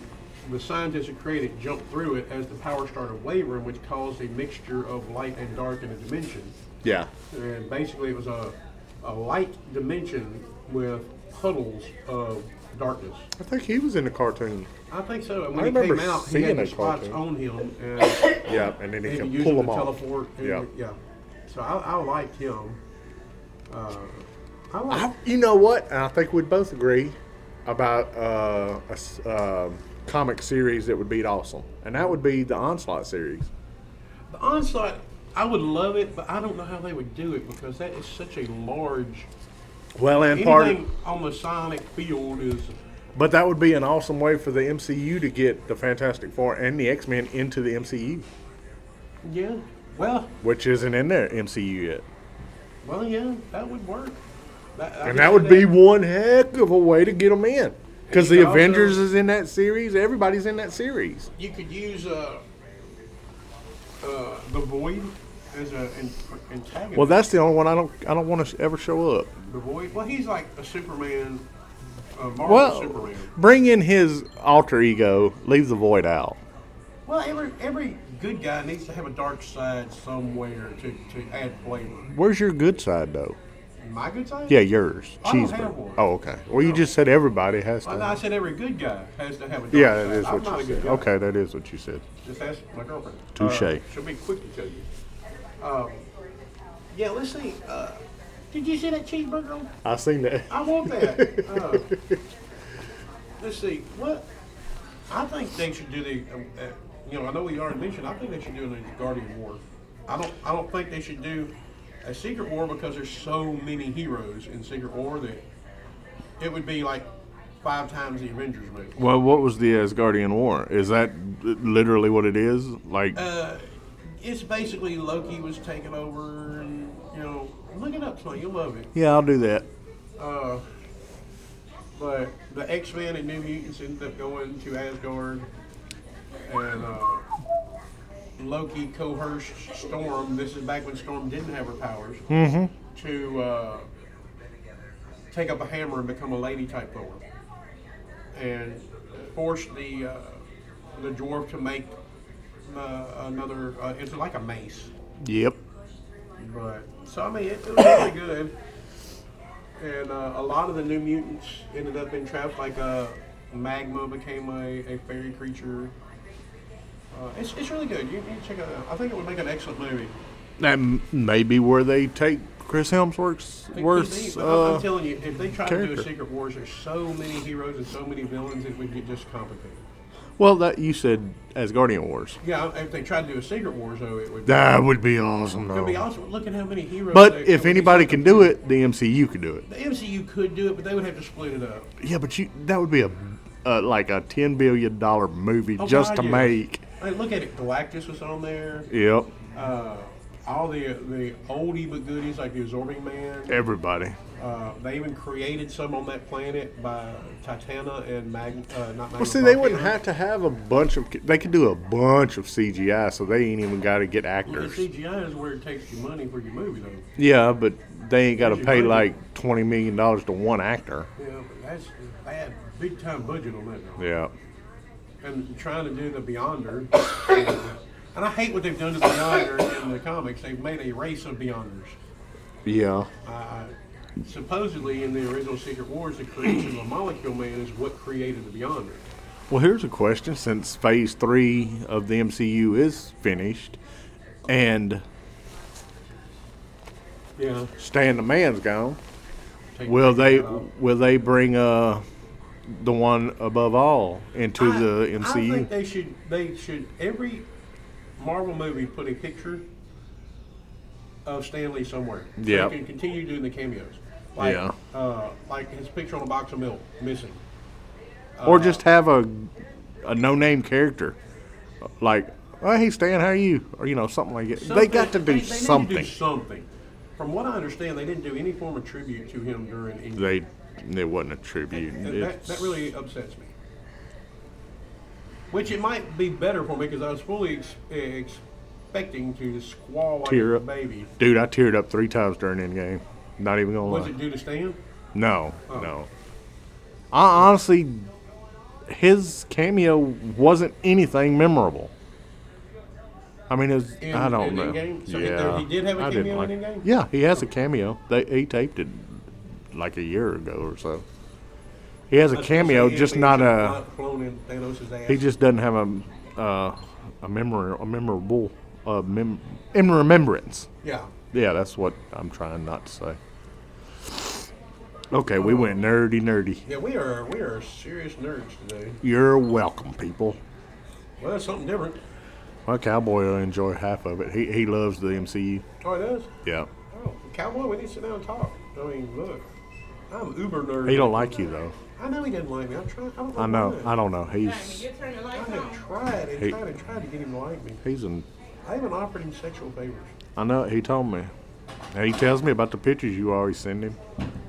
S1: the scientists that created jumped through it as the power started wavering, which caused a mixture of light and dark in a dimension
S2: yeah,
S1: and basically it was a, a light dimension with puddles of darkness.
S2: I think he was in the cartoon.
S1: I think so. And
S2: I
S1: when he came
S2: remember
S1: out, he
S2: seeing
S1: had the
S2: a
S1: spots
S2: cartoon.
S1: on
S2: [coughs]
S1: him, and
S2: Yeah, and then
S1: he
S2: he
S1: could
S2: can
S1: use
S2: pull
S1: him
S2: them
S1: to
S2: off.
S1: teleport. and-
S2: Yeah.
S1: yeah. So I, I liked him. Uh, I like.
S2: I, you know what? And I think we'd both agree about uh, a s- um comic series that would be awesome, and that would be the Onslaught series.
S1: The onslaught, I would love it, but I don't know how they would do it because that is such a large.
S2: Well, and part.
S1: Anything on the sonic field is.
S2: But that would be an awesome way for the MCU to get the Fantastic Four and the X Men into the MCU,
S1: Yeah. Well,
S2: which isn't in their MCU yet.
S1: well, yeah, that would work. That, I
S2: And
S1: can
S2: that
S1: see
S2: would be one heck of a way to get them in. Because
S1: You
S2: the
S1: could
S2: Avengers
S1: also-
S2: is in that series, everybody's in that series.
S1: you could use uh, uh, the void as an antagonist.
S2: Well, that's the only one I don't I don't want to ever show up.
S1: the void. Well, he's like a Superman, uh, Marvel
S2: Well,
S1: Superman.
S2: bring in his alter ego, leave the void out.
S1: Well, every every good guy needs to have a dark side somewhere to, to add flavor.
S2: Where's your good side though?
S1: My good side?
S2: Yeah, yours.
S1: I don't have
S2: Cheeseburger.
S1: one.
S2: Oh, okay. Well, you just said everybody has to.
S1: Well, no, I said every good guy has to have a dark
S2: yeah,
S1: side.
S2: that is
S1: I'm
S2: what
S1: not
S2: you
S1: a good
S2: said.
S1: guy.
S2: Okay, that is what you said.
S1: Just ask my girlfriend.
S2: Touche.
S1: Uh, she'll be quick to tell you. Um, yeah, let's see. Uh, did you see that cheeseburger?
S2: I seen that.
S1: I want that. Uh, [laughs] let's see. What I think they should do the. um, Uh, you know, I know we already mentioned. I think they should do the Guardian War. I don't. I don't think they should do a Secret War because there's so many heroes in Secret War that it would be like five times the Avengers movie.
S2: Well, what was the Asgardian War? Is that literally what it is? Like,
S1: Uh, It's basically Loki was taken over, and you know, look it up, son. You'll love it.
S2: yeah, I'll do that.
S1: Uh, but the X Men and New Mutants ended up going to Asgard, and uh, Loki coerced Storm. This is back when Storm didn't have her powers. To uh, take up a hammer and become a lady type Thor, and forced the uh, the dwarf to make uh, another. Uh, it's like a mace,
S2: Yep.
S1: but so I mean it, it was really good. And uh, a lot of the new mutants ended up in traps. Like uh, magma became a, a fairy creature. Uh, it's, it's really good. You, you check it out. I think it would make an excellent movie.
S2: That m- may be where they take Chris Hemsworth's
S1: They-
S2: worst.
S1: they- I'm- I'm
S2: Uh,
S1: telling you, if they tried to do
S2: character.
S1: a Secret Wars, there's so many heroes and so many villains, it would get just complicated.
S2: well, that you said as Guardian Wars.
S1: Yeah, if they tried to do a Secret Wars, though, it would
S2: That would be awesome,
S1: It'd
S2: though.
S1: be awesome. Look at how many heroes. there-
S2: But if
S1: it would be
S2: anybody
S1: so
S2: can do
S1: confusing.
S2: it, the MCU could do it.
S1: the MCU could do it, but they would have to split it up.
S2: Yeah, but you that would be a uh, like a ten billion dollar movie
S1: Oh,
S2: just
S1: God,
S2: to
S1: yeah.
S2: make.
S1: I mean, look at it. Galactus was on there.
S2: Yep,
S1: Uh, all the the oldie but goodies like the Absorbing Man.
S2: everybody.
S1: Uh, they even created some on that planet by Titana and Mag. Uh, not Magna
S2: Well, see, they
S1: Volcano.
S2: wouldn't have to have a bunch of. They could do a bunch of CGI, so they ain't even got to get
S1: Well, the
S2: actors.
S1: CGI is where it takes you money for your movie, though.
S2: Yeah, but they ain't got to
S1: Here's your
S2: pay
S1: budget.
S2: like twenty million dollars to one actor.
S1: Yeah, but that's a bad, big time budget on that. though.
S2: Yeah.
S1: And trying to do the Beyonder. [coughs] and I hate what they've done to the Beyonder in the comics. They've made a race of Beyonders.
S2: Yeah.
S1: Uh, supposedly, in the original Secret Wars, the creation of a Molecule Man is what created the Beyonder.
S2: Well, here's a question: Since Phase Three of the MCU is finished, and
S1: Yeah.
S2: Stan the Man's gone,
S1: Take-
S2: Will
S1: take
S2: they
S1: that off.
S2: will they bring uh the one above all into
S1: I-
S2: the
S1: I think
S2: MCU?
S1: they should. They should every Marvel movie put a picture of Stanley somewhere. So
S2: Yep.
S1: They can continue doing the cameos. Like,
S2: Yeah.
S1: Uh, like his picture on a box of milk missing.
S2: or just have a a no name character like oh, hey Stan, how are you? Or you know something like that. They
S1: Something-
S2: got to do
S1: they- they need
S2: something.
S1: do something. From what I understand, they didn't do any form of tribute to him during. Any,
S2: they it wasn't a tribute.
S1: and that, that
S2: It's-
S1: really upsets me. Which it might be better for me because I was fully ex- expecting to squall like
S2: Tear
S1: a
S2: up.
S1: baby.
S2: dude, I teared up three times during Endgame. Not even gonna
S1: Was
S2: lie.
S1: it due to Stan?
S2: No,
S1: Oh.
S2: no. I honestly, his cameo wasn't anything memorable. I mean, it was,
S1: In-
S2: I don't
S1: in
S2: know.
S1: Endgame? So he-
S2: yeah,
S1: he did have a
S2: I didn't
S1: cameo
S2: like,
S1: in Endgame?
S2: Yeah, he has a cameo. They he taped it like a year ago or so. He has a cameo, just not a.
S1: Clone in Thanos' ass.
S2: He just doesn't have a uh, a memory, a memorable, uh, mem- in remembrance.
S1: yeah.
S2: Yeah, that's what I'm trying not to say. Okay, we went nerdy, nerdy.
S1: Yeah, we are we are serious nerds today.
S2: You're welcome, people.
S1: Well, that's something different.
S2: My cowboy will enjoy half of it. He he loves the MCU.
S1: Oh, it is.
S2: Yeah.
S1: Oh, cowboy, we need to sit down and talk. I mean, look, I'm uber nerd.
S2: He don't like you though.
S1: I know he doesn't like me. I try. I don't.
S2: I know. I
S1: why.
S2: don't know.
S4: Hey,
S2: He's
S4: you turn the
S1: I
S4: lights on.
S1: have tried and
S2: He-
S1: tried and tried to get him to like me.
S2: he's an.
S1: I even offered him sexual favors.
S2: I know. He told me. And he tells me about the pictures you always send him.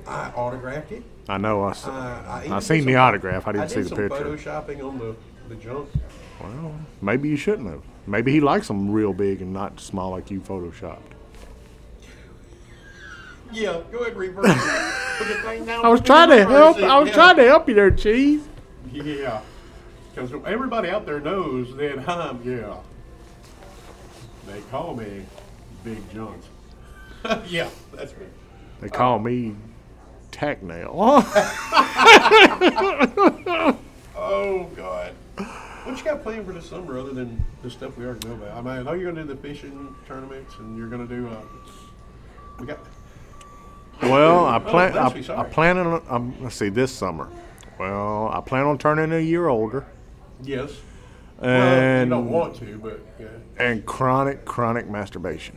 S1: I autographed it.
S2: I know. I, s-
S1: Uh, I, even
S2: I
S1: did
S2: seen the
S1: some-
S2: autograph. I
S1: I
S2: didn't
S1: did
S2: see the
S1: some
S2: picture.
S1: photoshopping on the the junk.
S2: Well, maybe you shouldn't have. Maybe he likes them real big and not small like you photoshopped.
S1: Yeah, go ahead, reverse. it. Put the thing down.
S2: I was trying to help. I was trying to help you there, cheese.
S1: Yeah, because everybody out there knows that I'm yeah. They call me Big Jones. [laughs] yeah, that's me.
S2: They call me tack nail. [laughs]
S1: Oh God. What you got planned for the summer other than the stuff we already know about? I mean, I know you're gonna do the fishing tournaments and you're gonna do. Uh, we got.
S2: Well, I plan.
S1: bless you,
S2: I, I
S1: sorry.
S2: plan on. Um, let's see, this summer. Well, I plan on turning a year older,
S1: Yes. well, you
S2: and
S1: don't want to, but yeah.
S2: and chronic chronic masturbation.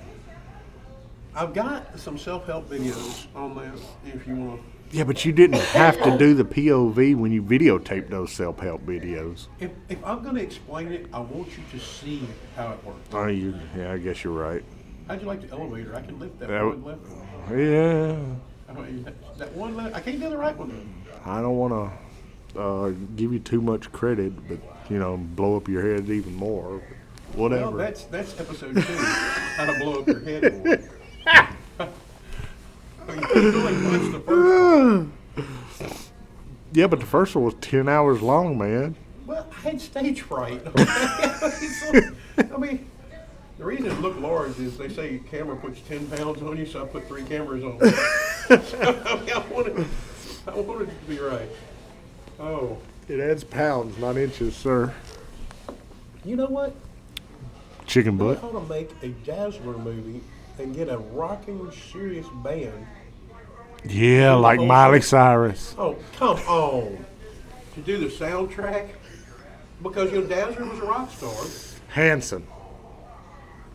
S1: I've got some self-help videos on that if you want.
S2: Yeah, but you didn't have to do the POV when you videotaped those self help videos.
S1: If, if I'm gonna explain it, I want you to see how it works.
S2: Oh, you, yeah, I guess you're right.
S1: How'd you like the elevator? I can lift that,
S2: That
S1: one
S2: w-
S1: left.
S2: Yeah,
S1: I mean, that, that one left. I can't do the right one.
S2: I don't want to uh, give you too much credit, but you know, blow up your head even more. Whatever.
S1: Well, that's that's episode two. how to blow up [laughs] your head. more. I mean, you can only watch the first one.
S2: Yeah, but the first one was ten hours long, man.
S1: Well, I had stage fright. [laughs] I mean, the reason it looked large is they say your camera puts 10 pounds on you, so I put three cameras on. so, [laughs] I, mean, I, wanted, I wanted it to be right. Oh,
S2: It adds pounds, not inches, sir.
S1: you know what?
S2: Chicken
S1: They
S2: butt.
S1: ought to make a Dazzler movie and get a rocking, serious band.
S2: Yeah, like Miley Cyrus.
S1: Oh, come on. To do the soundtrack? Because your Dazzler was a rock star.
S2: Hanson.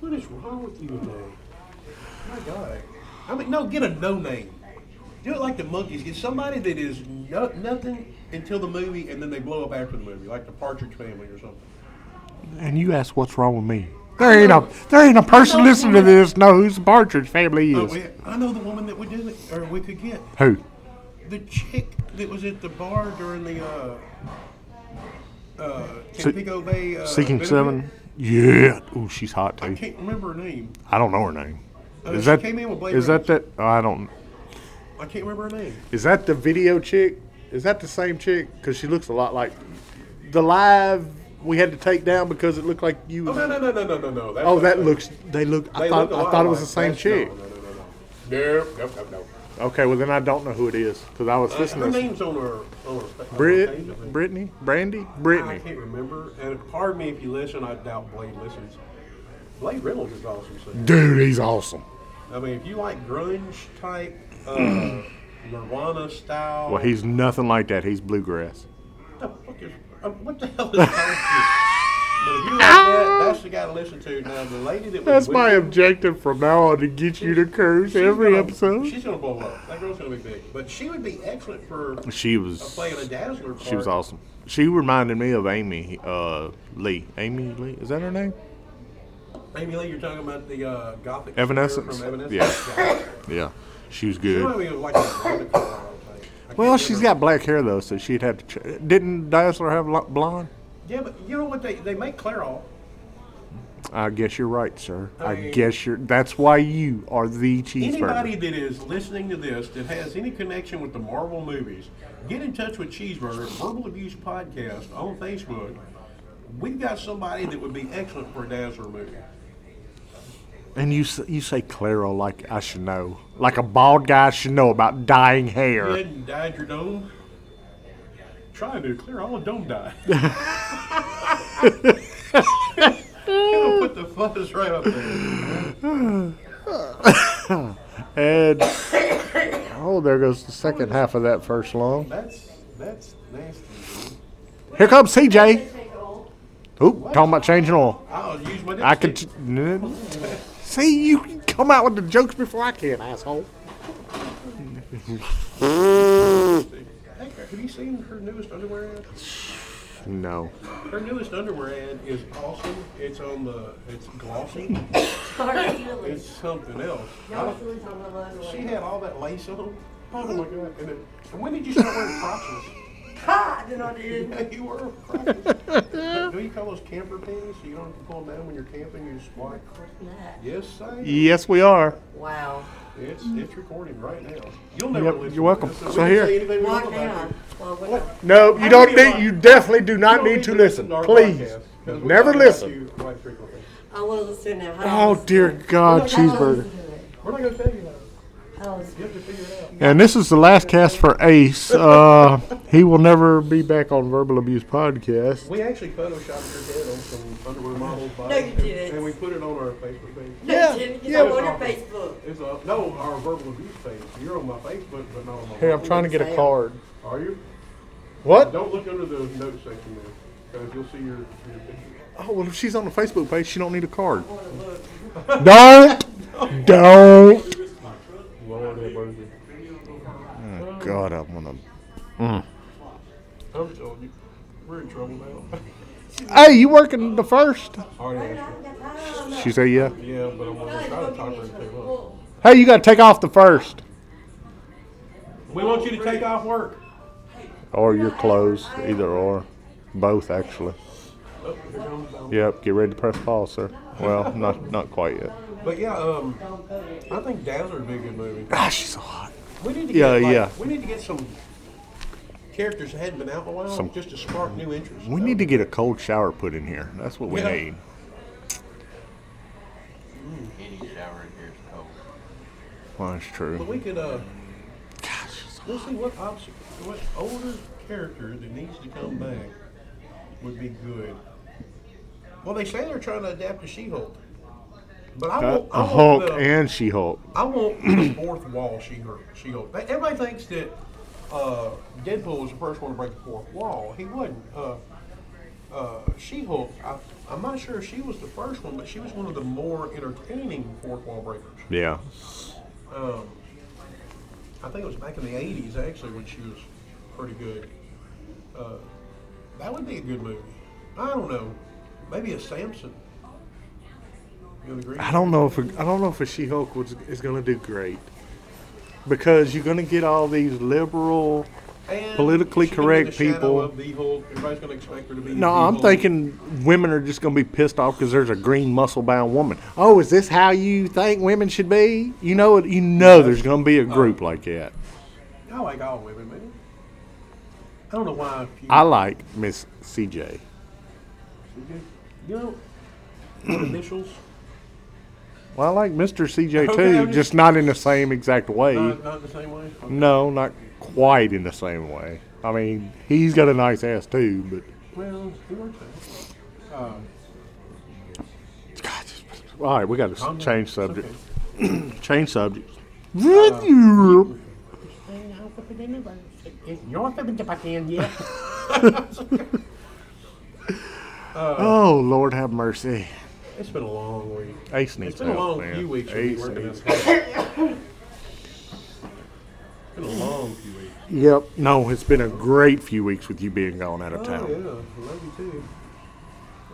S1: What is wrong with you today? My God. I mean, no, get a no name. Do it like the monkeys. Get somebody that is no, nothing until the movie, and then they blow up after the movie, like the Partridge Family or something.
S2: And you ask what's wrong with me. There ain't a there ain't a person listening to this know who's the Partridge family
S1: Oh, Uh,
S2: is.
S1: we- I know the woman that we do it, or we could get
S2: Who?
S1: the chick that was at the bar during the uh, uh,
S2: Se-
S1: Tampico Bay uh,
S2: Seeking
S1: benefit.
S2: Seven. Yeah. Ooh, she's hot
S1: I
S2: too.
S1: can't remember her name.
S2: I don't know her name.
S1: Uh,
S2: Is
S1: she
S2: that
S1: came in with Blade
S2: is that that? oh, I don't.
S1: I can't remember her name.
S2: Is that the video chick? Is that the same chick? Because she looks a lot like the live we had to take down because it looked like you.
S1: Oh no no no no no no no. That's
S2: Oh,
S1: not
S2: that
S1: her.
S2: looks. They look. I
S1: They look
S2: thought.
S1: a
S2: I
S1: lot
S2: thought it was the
S1: alike.
S2: same
S1: That's-
S2: chick.
S1: No no no no no. Nope nope nope. nope.
S2: Okay, well then I don't know who it is because I was
S1: Uh,
S2: listening.
S1: her
S2: to
S1: name's on her on her fa- on her page, I
S2: Brit,
S1: think.
S2: Brittany, Brandy,
S1: I
S2: Brittany.
S1: can't remember. And pardon me if you listen. I doubt Blade listens. Blade Reynolds is awesome. singer.
S2: Dude, he's awesome.
S1: I mean, if you like grunge type,
S2: [clears throat]
S1: uh, Nirvana style.
S2: Well, he's nothing like that. He's bluegrass.
S1: What the fuck is? uh, What the hell is wrong with you? But if you like that, that's the guy to listen to. Now, the lady that was
S2: That's my
S1: with him,
S2: objective from now on to get you to curse
S1: she's
S2: every
S1: gonna-
S2: episode.
S1: She's gonna blow up. That girl's gonna be big. But she would be excellent for
S2: She was.
S1: playing a Dazzler part.
S2: She was awesome. She reminded me of Amy uh, Lee. Amy Lee, is that her name?
S1: Amy Lee, you're talking about the uh, gothic singer
S2: Evanescence?
S1: from Evanescence.
S2: Yeah. Yeah, she was
S1: She reminded
S2: good.
S1: me of like a Veronica, I think. I
S2: Well,
S1: can't
S2: she's
S1: remember.
S2: got black hair though, so she'd have to. Ch- Didn't Dazzler have lo- blonde?
S1: Yeah, but you know what? They they make Clairol.
S2: I guess you're right, sir. I,
S1: I mean-
S2: guess you're. That's why you are the cheeseburger.
S1: Anybody that is listening to this that has any connection with the Marvel movies, get in touch with Cheeseburger Verbal Abuse Podcast on Facebook. We've got somebody that would be excellent for a Dazzler movie.
S2: And you s- you say Claro like I should know, like a bald guy should know about dyeing
S1: You
S2: hair.
S1: hadn't dyed your dome. Try to clear all the dome dye. [laughs] It'll put the fuzz right up there.
S2: And oh, there goes the second half of that first long.
S1: That's that's nasty. Dude.
S2: Here comes CJ. Oop, talking about changing oil.
S1: I'll use my.
S2: I could.
S1: dipstick.
S2: ch- n- See, you can come out with the jokes before I can, asshole.
S1: Hey, have you seen her newest underwear ad?
S2: No.
S1: Her newest underwear ad is awesome. It's on the, it's glossy. [laughs]
S3: Sorry, Julie.
S1: It's something else.
S3: Y'all are really talking about the
S1: She had all that lace on. Oh my god! And, then, and when did you start wearing crotchless?
S3: Ha! Then I did.
S1: Yeah, [laughs] you were crotchless. Do you call those camper pants? So you don't have to pull them down when you're camping. You just walk.
S3: That.
S1: Yes, sir.
S2: Yes, we are.
S3: Wow.
S1: It's it's recording right now. You'll never
S2: Yep,
S1: listen.
S2: you're welcome.
S1: To this, so, we
S2: So
S1: can
S2: here.
S1: say anything we want
S3: Walk
S1: about
S3: down.
S1: it.
S3: Well, what?
S2: No, you
S1: I
S2: don't
S1: feel
S2: need.
S1: like-
S2: You definitely do
S1: You
S2: not
S1: don't
S2: need to
S1: to
S2: listen.
S1: our
S2: Please,
S1: podcast, 'cause we
S2: never
S1: talk about
S2: listen.
S1: you quite frequently.
S3: I want to listen now. How do I
S2: Oh
S3: listen?
S2: dear God, cheeseburger.
S1: We're not gonna tell you that.
S3: How do I listen?
S1: You have to figure it out.
S2: And this is the last cast for [laughs] Ace. Uh, he will never be back on Verbal Abuse Podcast.
S1: We actually photoshopped your head on some underwear models' body.
S3: you didn't.
S1: And we put it on our Facebook page.
S2: Yeah,
S3: [laughs] Jimmy,
S2: yeah.
S3: yeah. on your Facebook.
S1: It's a, no, our verbal abuse page. You're on my Facebook, but not on my
S2: Here, I'm
S1: Facebook.
S2: trying to get a card.
S1: Are you?
S2: What?
S1: Don't look under the notes section there, because you'll see your, your picture.
S2: Oh, well, if she's on the Facebook page, she don't need a card. [laughs] Don't, don't.
S1: Lord have mercy.
S2: God, I want to.
S1: I'm telling you, we're in trouble now.
S2: Hey, you working the first?
S1: I already asked her.
S2: She said, yeah.
S1: Yeah, but I'm gonna try to talk her into it.
S2: Hey, you got to take off the first.
S1: We want you to take off work.
S2: Or you're closed, either or. Both, actually.
S1: Oh, here comes Donald.
S2: Yep, get ready to press pause, sir. Well, not not quite yet.
S1: But yeah, um, I think Dazzler would be a good movie.
S2: Ah, she's so hot.
S1: We need to
S2: Yeah,
S1: get, like,
S2: yeah.
S1: We need to get some characters that hadn't been out in a while,
S2: Some-
S1: just to spark new interest.
S2: We
S1: That
S2: need to
S1: would-
S2: get a cold shower put in here. That's what we
S1: Yeah.
S2: need.
S4: Any shower in here is cold.
S2: Well, that's
S1: But
S2: true.
S1: we could, uh, we'll see what obstacle, what older character that needs to come back would be good. Well, they say they're trying to adapt to She-Hulk, but I
S2: Uh,
S1: want, I
S2: a
S1: want
S2: Hulk
S1: the,
S2: and She Hulk.
S1: I want the fourth wall She-Hulk. She-Hulk. They- Everybody thinks that uh, Deadpool was the first one to break the fourth wall. He wasn't. Uh, uh, She-Hulk. I, I'm not sure if she was the first one, but she was one of the more entertaining fourth wall breakers.
S2: Yeah.
S1: Um, I think it was back in the '80s, actually, when she was pretty good. Uh, that would be a good movie. I don't know. Maybe a Samson. You would agree?
S2: I don't know if a, I don't know if a She Hulk was is going to do great because you're going to get all these liberal.
S1: And
S2: politically
S1: she could be
S2: correct
S1: the shadow
S2: people-
S1: Of the Hulk. Everybody's going to expect her to be.
S2: No,
S1: the
S2: I'm
S1: Hulk.
S2: thinking women are just going to be pissed off because there's a green muscle bound woman. Oh, is this how you think women should be? You know, it. you know, there's going to be a group like that.
S1: I like all women, man. I don't know why. if you-
S2: I like Miss CJ.
S1: You know, initials.
S2: Well, I like Mr.
S1: [laughs]
S2: CJ
S1: Okay,
S2: too,
S1: I'm
S2: just,
S1: just-
S2: not in the same exact way.
S1: Not, not uh, the same way. Uh,
S2: No, not quite in the same way. I mean, he's got a nice ass too, but
S1: Well, he works out.
S2: God, just- all right, we got to
S1: I'm-
S2: change
S1: it's
S2: subject.
S1: okay. Uh,
S2: Change subject. oh Lord, have mercy.
S1: It's been a long week.
S2: Ace needs
S1: It's been a
S2: help,
S1: long
S2: man.
S1: few weeks for me
S2: Ace,
S1: working
S2: Ace.
S1: this. It's been a long few weeks.
S2: Yep. No, it's been a great few weeks with you being gone out of town.
S1: Oh, yeah. I love you too.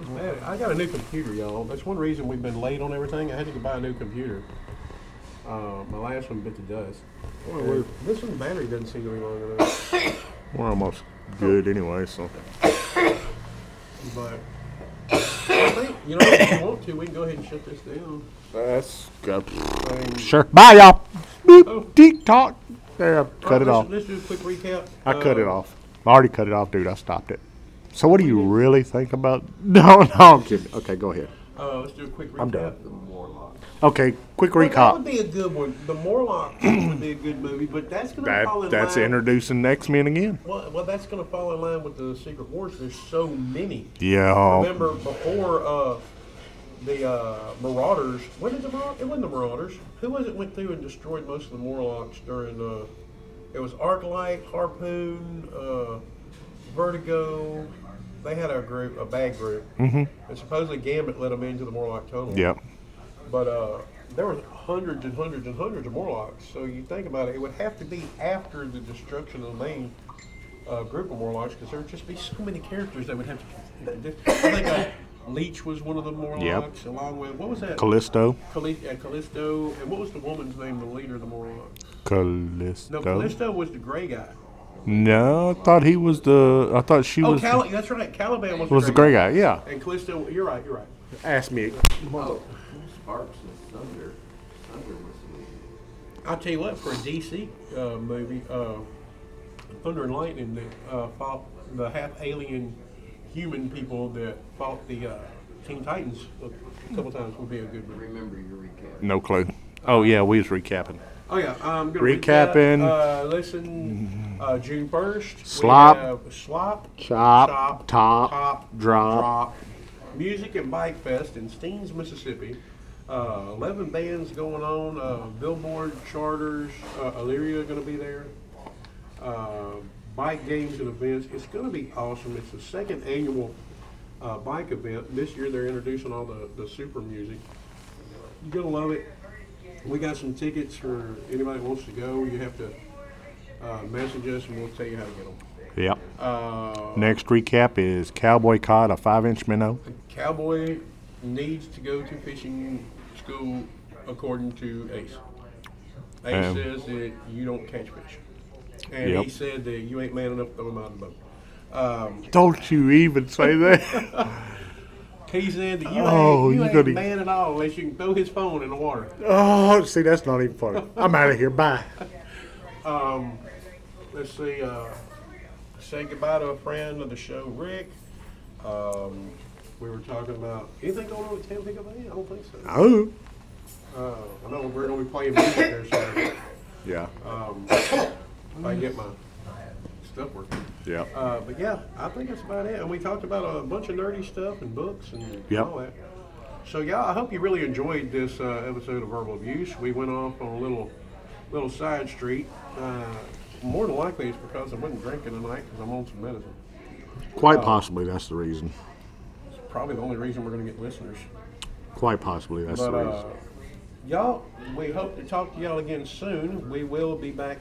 S1: It's bad. I got a new computer, y'all. That's one reason we've been late on everything. I had to go buy a new computer. Uh, my last one bit the dust. And this one's battery doesn't seem to be long enough.
S2: We're almost good anyway, so
S1: But [coughs] I think, you know, if you want to, we can go ahead and shut this down.
S2: that's good.
S1: I mean,
S2: Sure. Bye, y'all. Boop,
S1: Oh.
S2: Tick tock. There, I
S1: all right,
S2: cut it
S1: let's-
S2: off.
S1: Let's do a quick recap.
S2: I cut it
S1: Uh,
S2: off. I already cut it off, dude. I stopped it. So, what do you really think about? [laughs] No, no, I'm kidding. Okay, go ahead.
S1: Uh, let's do a quick recap.
S2: I'm done.
S4: The Morlocks.
S2: Okay, quick
S1: Well, That would
S2: recap.
S1: be a good one. The Morlock would be a good movie, but that's going to fall
S2: That
S1: in
S2: that's
S1: line.
S2: introducing X Men again.
S1: well, well, that's going to fall in line with the Secret Wars. There's so many.
S2: Yeah.
S1: Remember before uh, the uh, Marauders? When did the Marauders? It wasn't the Marauders. Who was it went through and destroyed most of the Morlocks during? Uh, it was Arclight, Harpoon, uh, Vertigo. They had a group, a bad group, mm-hmm. and supposedly Gambit let them into the Morlock tunnel.
S2: Yep.
S1: But uh, there were hundreds and hundreds and hundreds of Morlocks. So you think about it, it would have to be after the destruction of the main uh, group of Morlocks, because there would just be so many characters that would have to. I think uh, Leech was one of the Morlocks, along with what was that?
S2: Callisto.
S1: Calli- yeah, Callisto, and what was the woman's name, the leader of the Morlocks? No,
S2: Callisto.
S1: Callisto was the gray guy.
S2: No, I thought he was the. I thought she
S1: Oh,
S2: was.
S1: Cal- that's right. Caliban was,
S2: was the gray guy? Yeah.
S1: And Callisto, you're right. You're right.
S2: Ask me.
S4: Oh, Sparks and Thunder. Thunder was the
S1: I'll tell you what, for a DC uh, movie, uh, Thunder and Lightning that uh, fought the half alien human people that fought the uh, Teen Titans a couple times would be a good movie.
S4: Remember your recap.
S2: No clue. Oh yeah, we was recapping.
S1: Oh yeah, I'm gonna
S2: Recapping.
S1: Recap, uh, listen, uh, June first.
S2: Slop.
S1: We have slop.
S2: Chop, top, drop.
S1: Music and Bike Fest in Steens, Mississippi. Uh, Eleven bands going on. Uh, Billboard charters. Uh, Illyria going to be there. Uh, bike games and events. It's going to be awesome. It's the second annual uh, bike event. This year they're introducing all the, the super music. You're going to love it. We got some tickets for anybody that wants to go. You have to uh, message us and we'll tell you how to get them.
S2: Yep.
S1: Uh,
S2: Next recap is Cowboy caught a five-inch minnow.
S1: Cowboy needs to go to fishing school according to Ace. Ace
S2: Um,
S1: says that you don't catch fish. And
S2: Yep.
S1: he said that you ain't man enough to throw him out of the boat. Um,
S2: Don't you even say that. [laughs]
S1: he said that you
S2: Oh,
S1: ain't,
S2: you
S1: you ain't
S2: gotta-
S1: man at all unless you can throw his phone in the water.
S2: oh, see, that's not even funny. I'm out of here. Bye.
S1: Let's see. Uh, say goodbye to a friend of the show, Rick. Um, we were talking about anything going on with Tampico Bay? I don't think so.
S2: Oh,
S1: Uh, I know we're gonna be playing music there Saturday.
S2: yeah,
S1: Um, if I get my stuff working.
S2: yeah.
S1: Uh, but yeah, I think that's about it. And we talked about a bunch of nerdy stuff and books and
S2: Yep.
S1: all that. So yeah, I hope you really enjoyed this uh, episode of Verbal Abuse. We went off on a little little side street. Uh, more than likely, it's because I wasn't drinking tonight because I'm on some medicine.
S2: Quite possibly that's the reason.
S1: It's probably the only reason we're going to get listeners.
S2: Quite possibly that's
S1: But
S2: the
S1: uh,
S2: reason.
S1: y'all, we hope to talk to y'all again soon. We will be back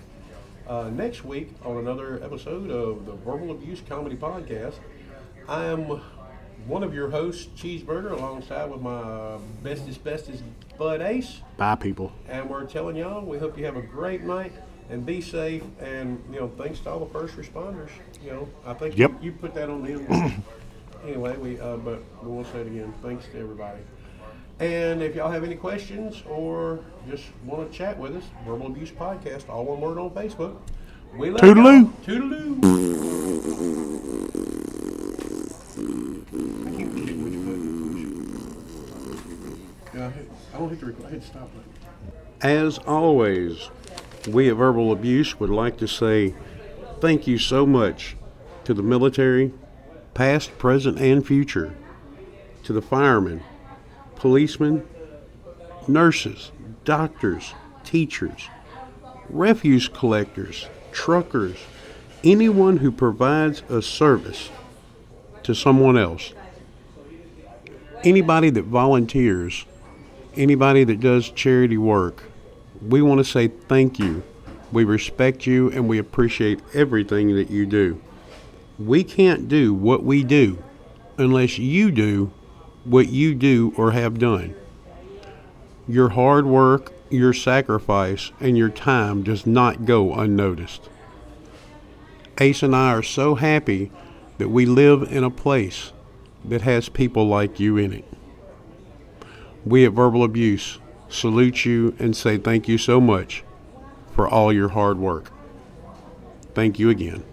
S1: uh, next week on another episode of the Verbal Abuse Comedy Podcast. I am one of your hosts, Cheeseburger, alongside with my bestest, bestest bud Ace.
S2: Bye, people.
S1: And we're telling y'all, we hope you have a great night and be safe. And you know, thanks to all the first responders. You know, I think
S2: Yep.
S1: you, you put that on the end. anyway, we uh, but we want to say it again. Thanks to everybody. And if y'all have any questions or just want to chat with us, Verbal Abuse Podcast, all one word on Facebook. We love y'all.
S2: Toodaloo.
S1: Toodaloo. I can't hit which button to push. Yeah, I hit- I don't hit the record. I hit the stop button.
S5: As always, we at Verbal Abuse would like to say thank you so much to the military, past, present, and future, to the firemen, policemen, nurses, doctors, teachers, refuse collectors, truckers, anyone who provides a service to someone else, anybody that volunteers anybody that does charity work, we want to say thank you. We respect you and we appreciate everything that you do. We can't do what we do unless you do what you do or have done. Your hard work, your sacrifice, and your time does not go unnoticed. Ace and I are so happy that we live in a place that has people like you in it. We at Verbal Abuse salute you and say thank you so much for all your hard work. Thank you again.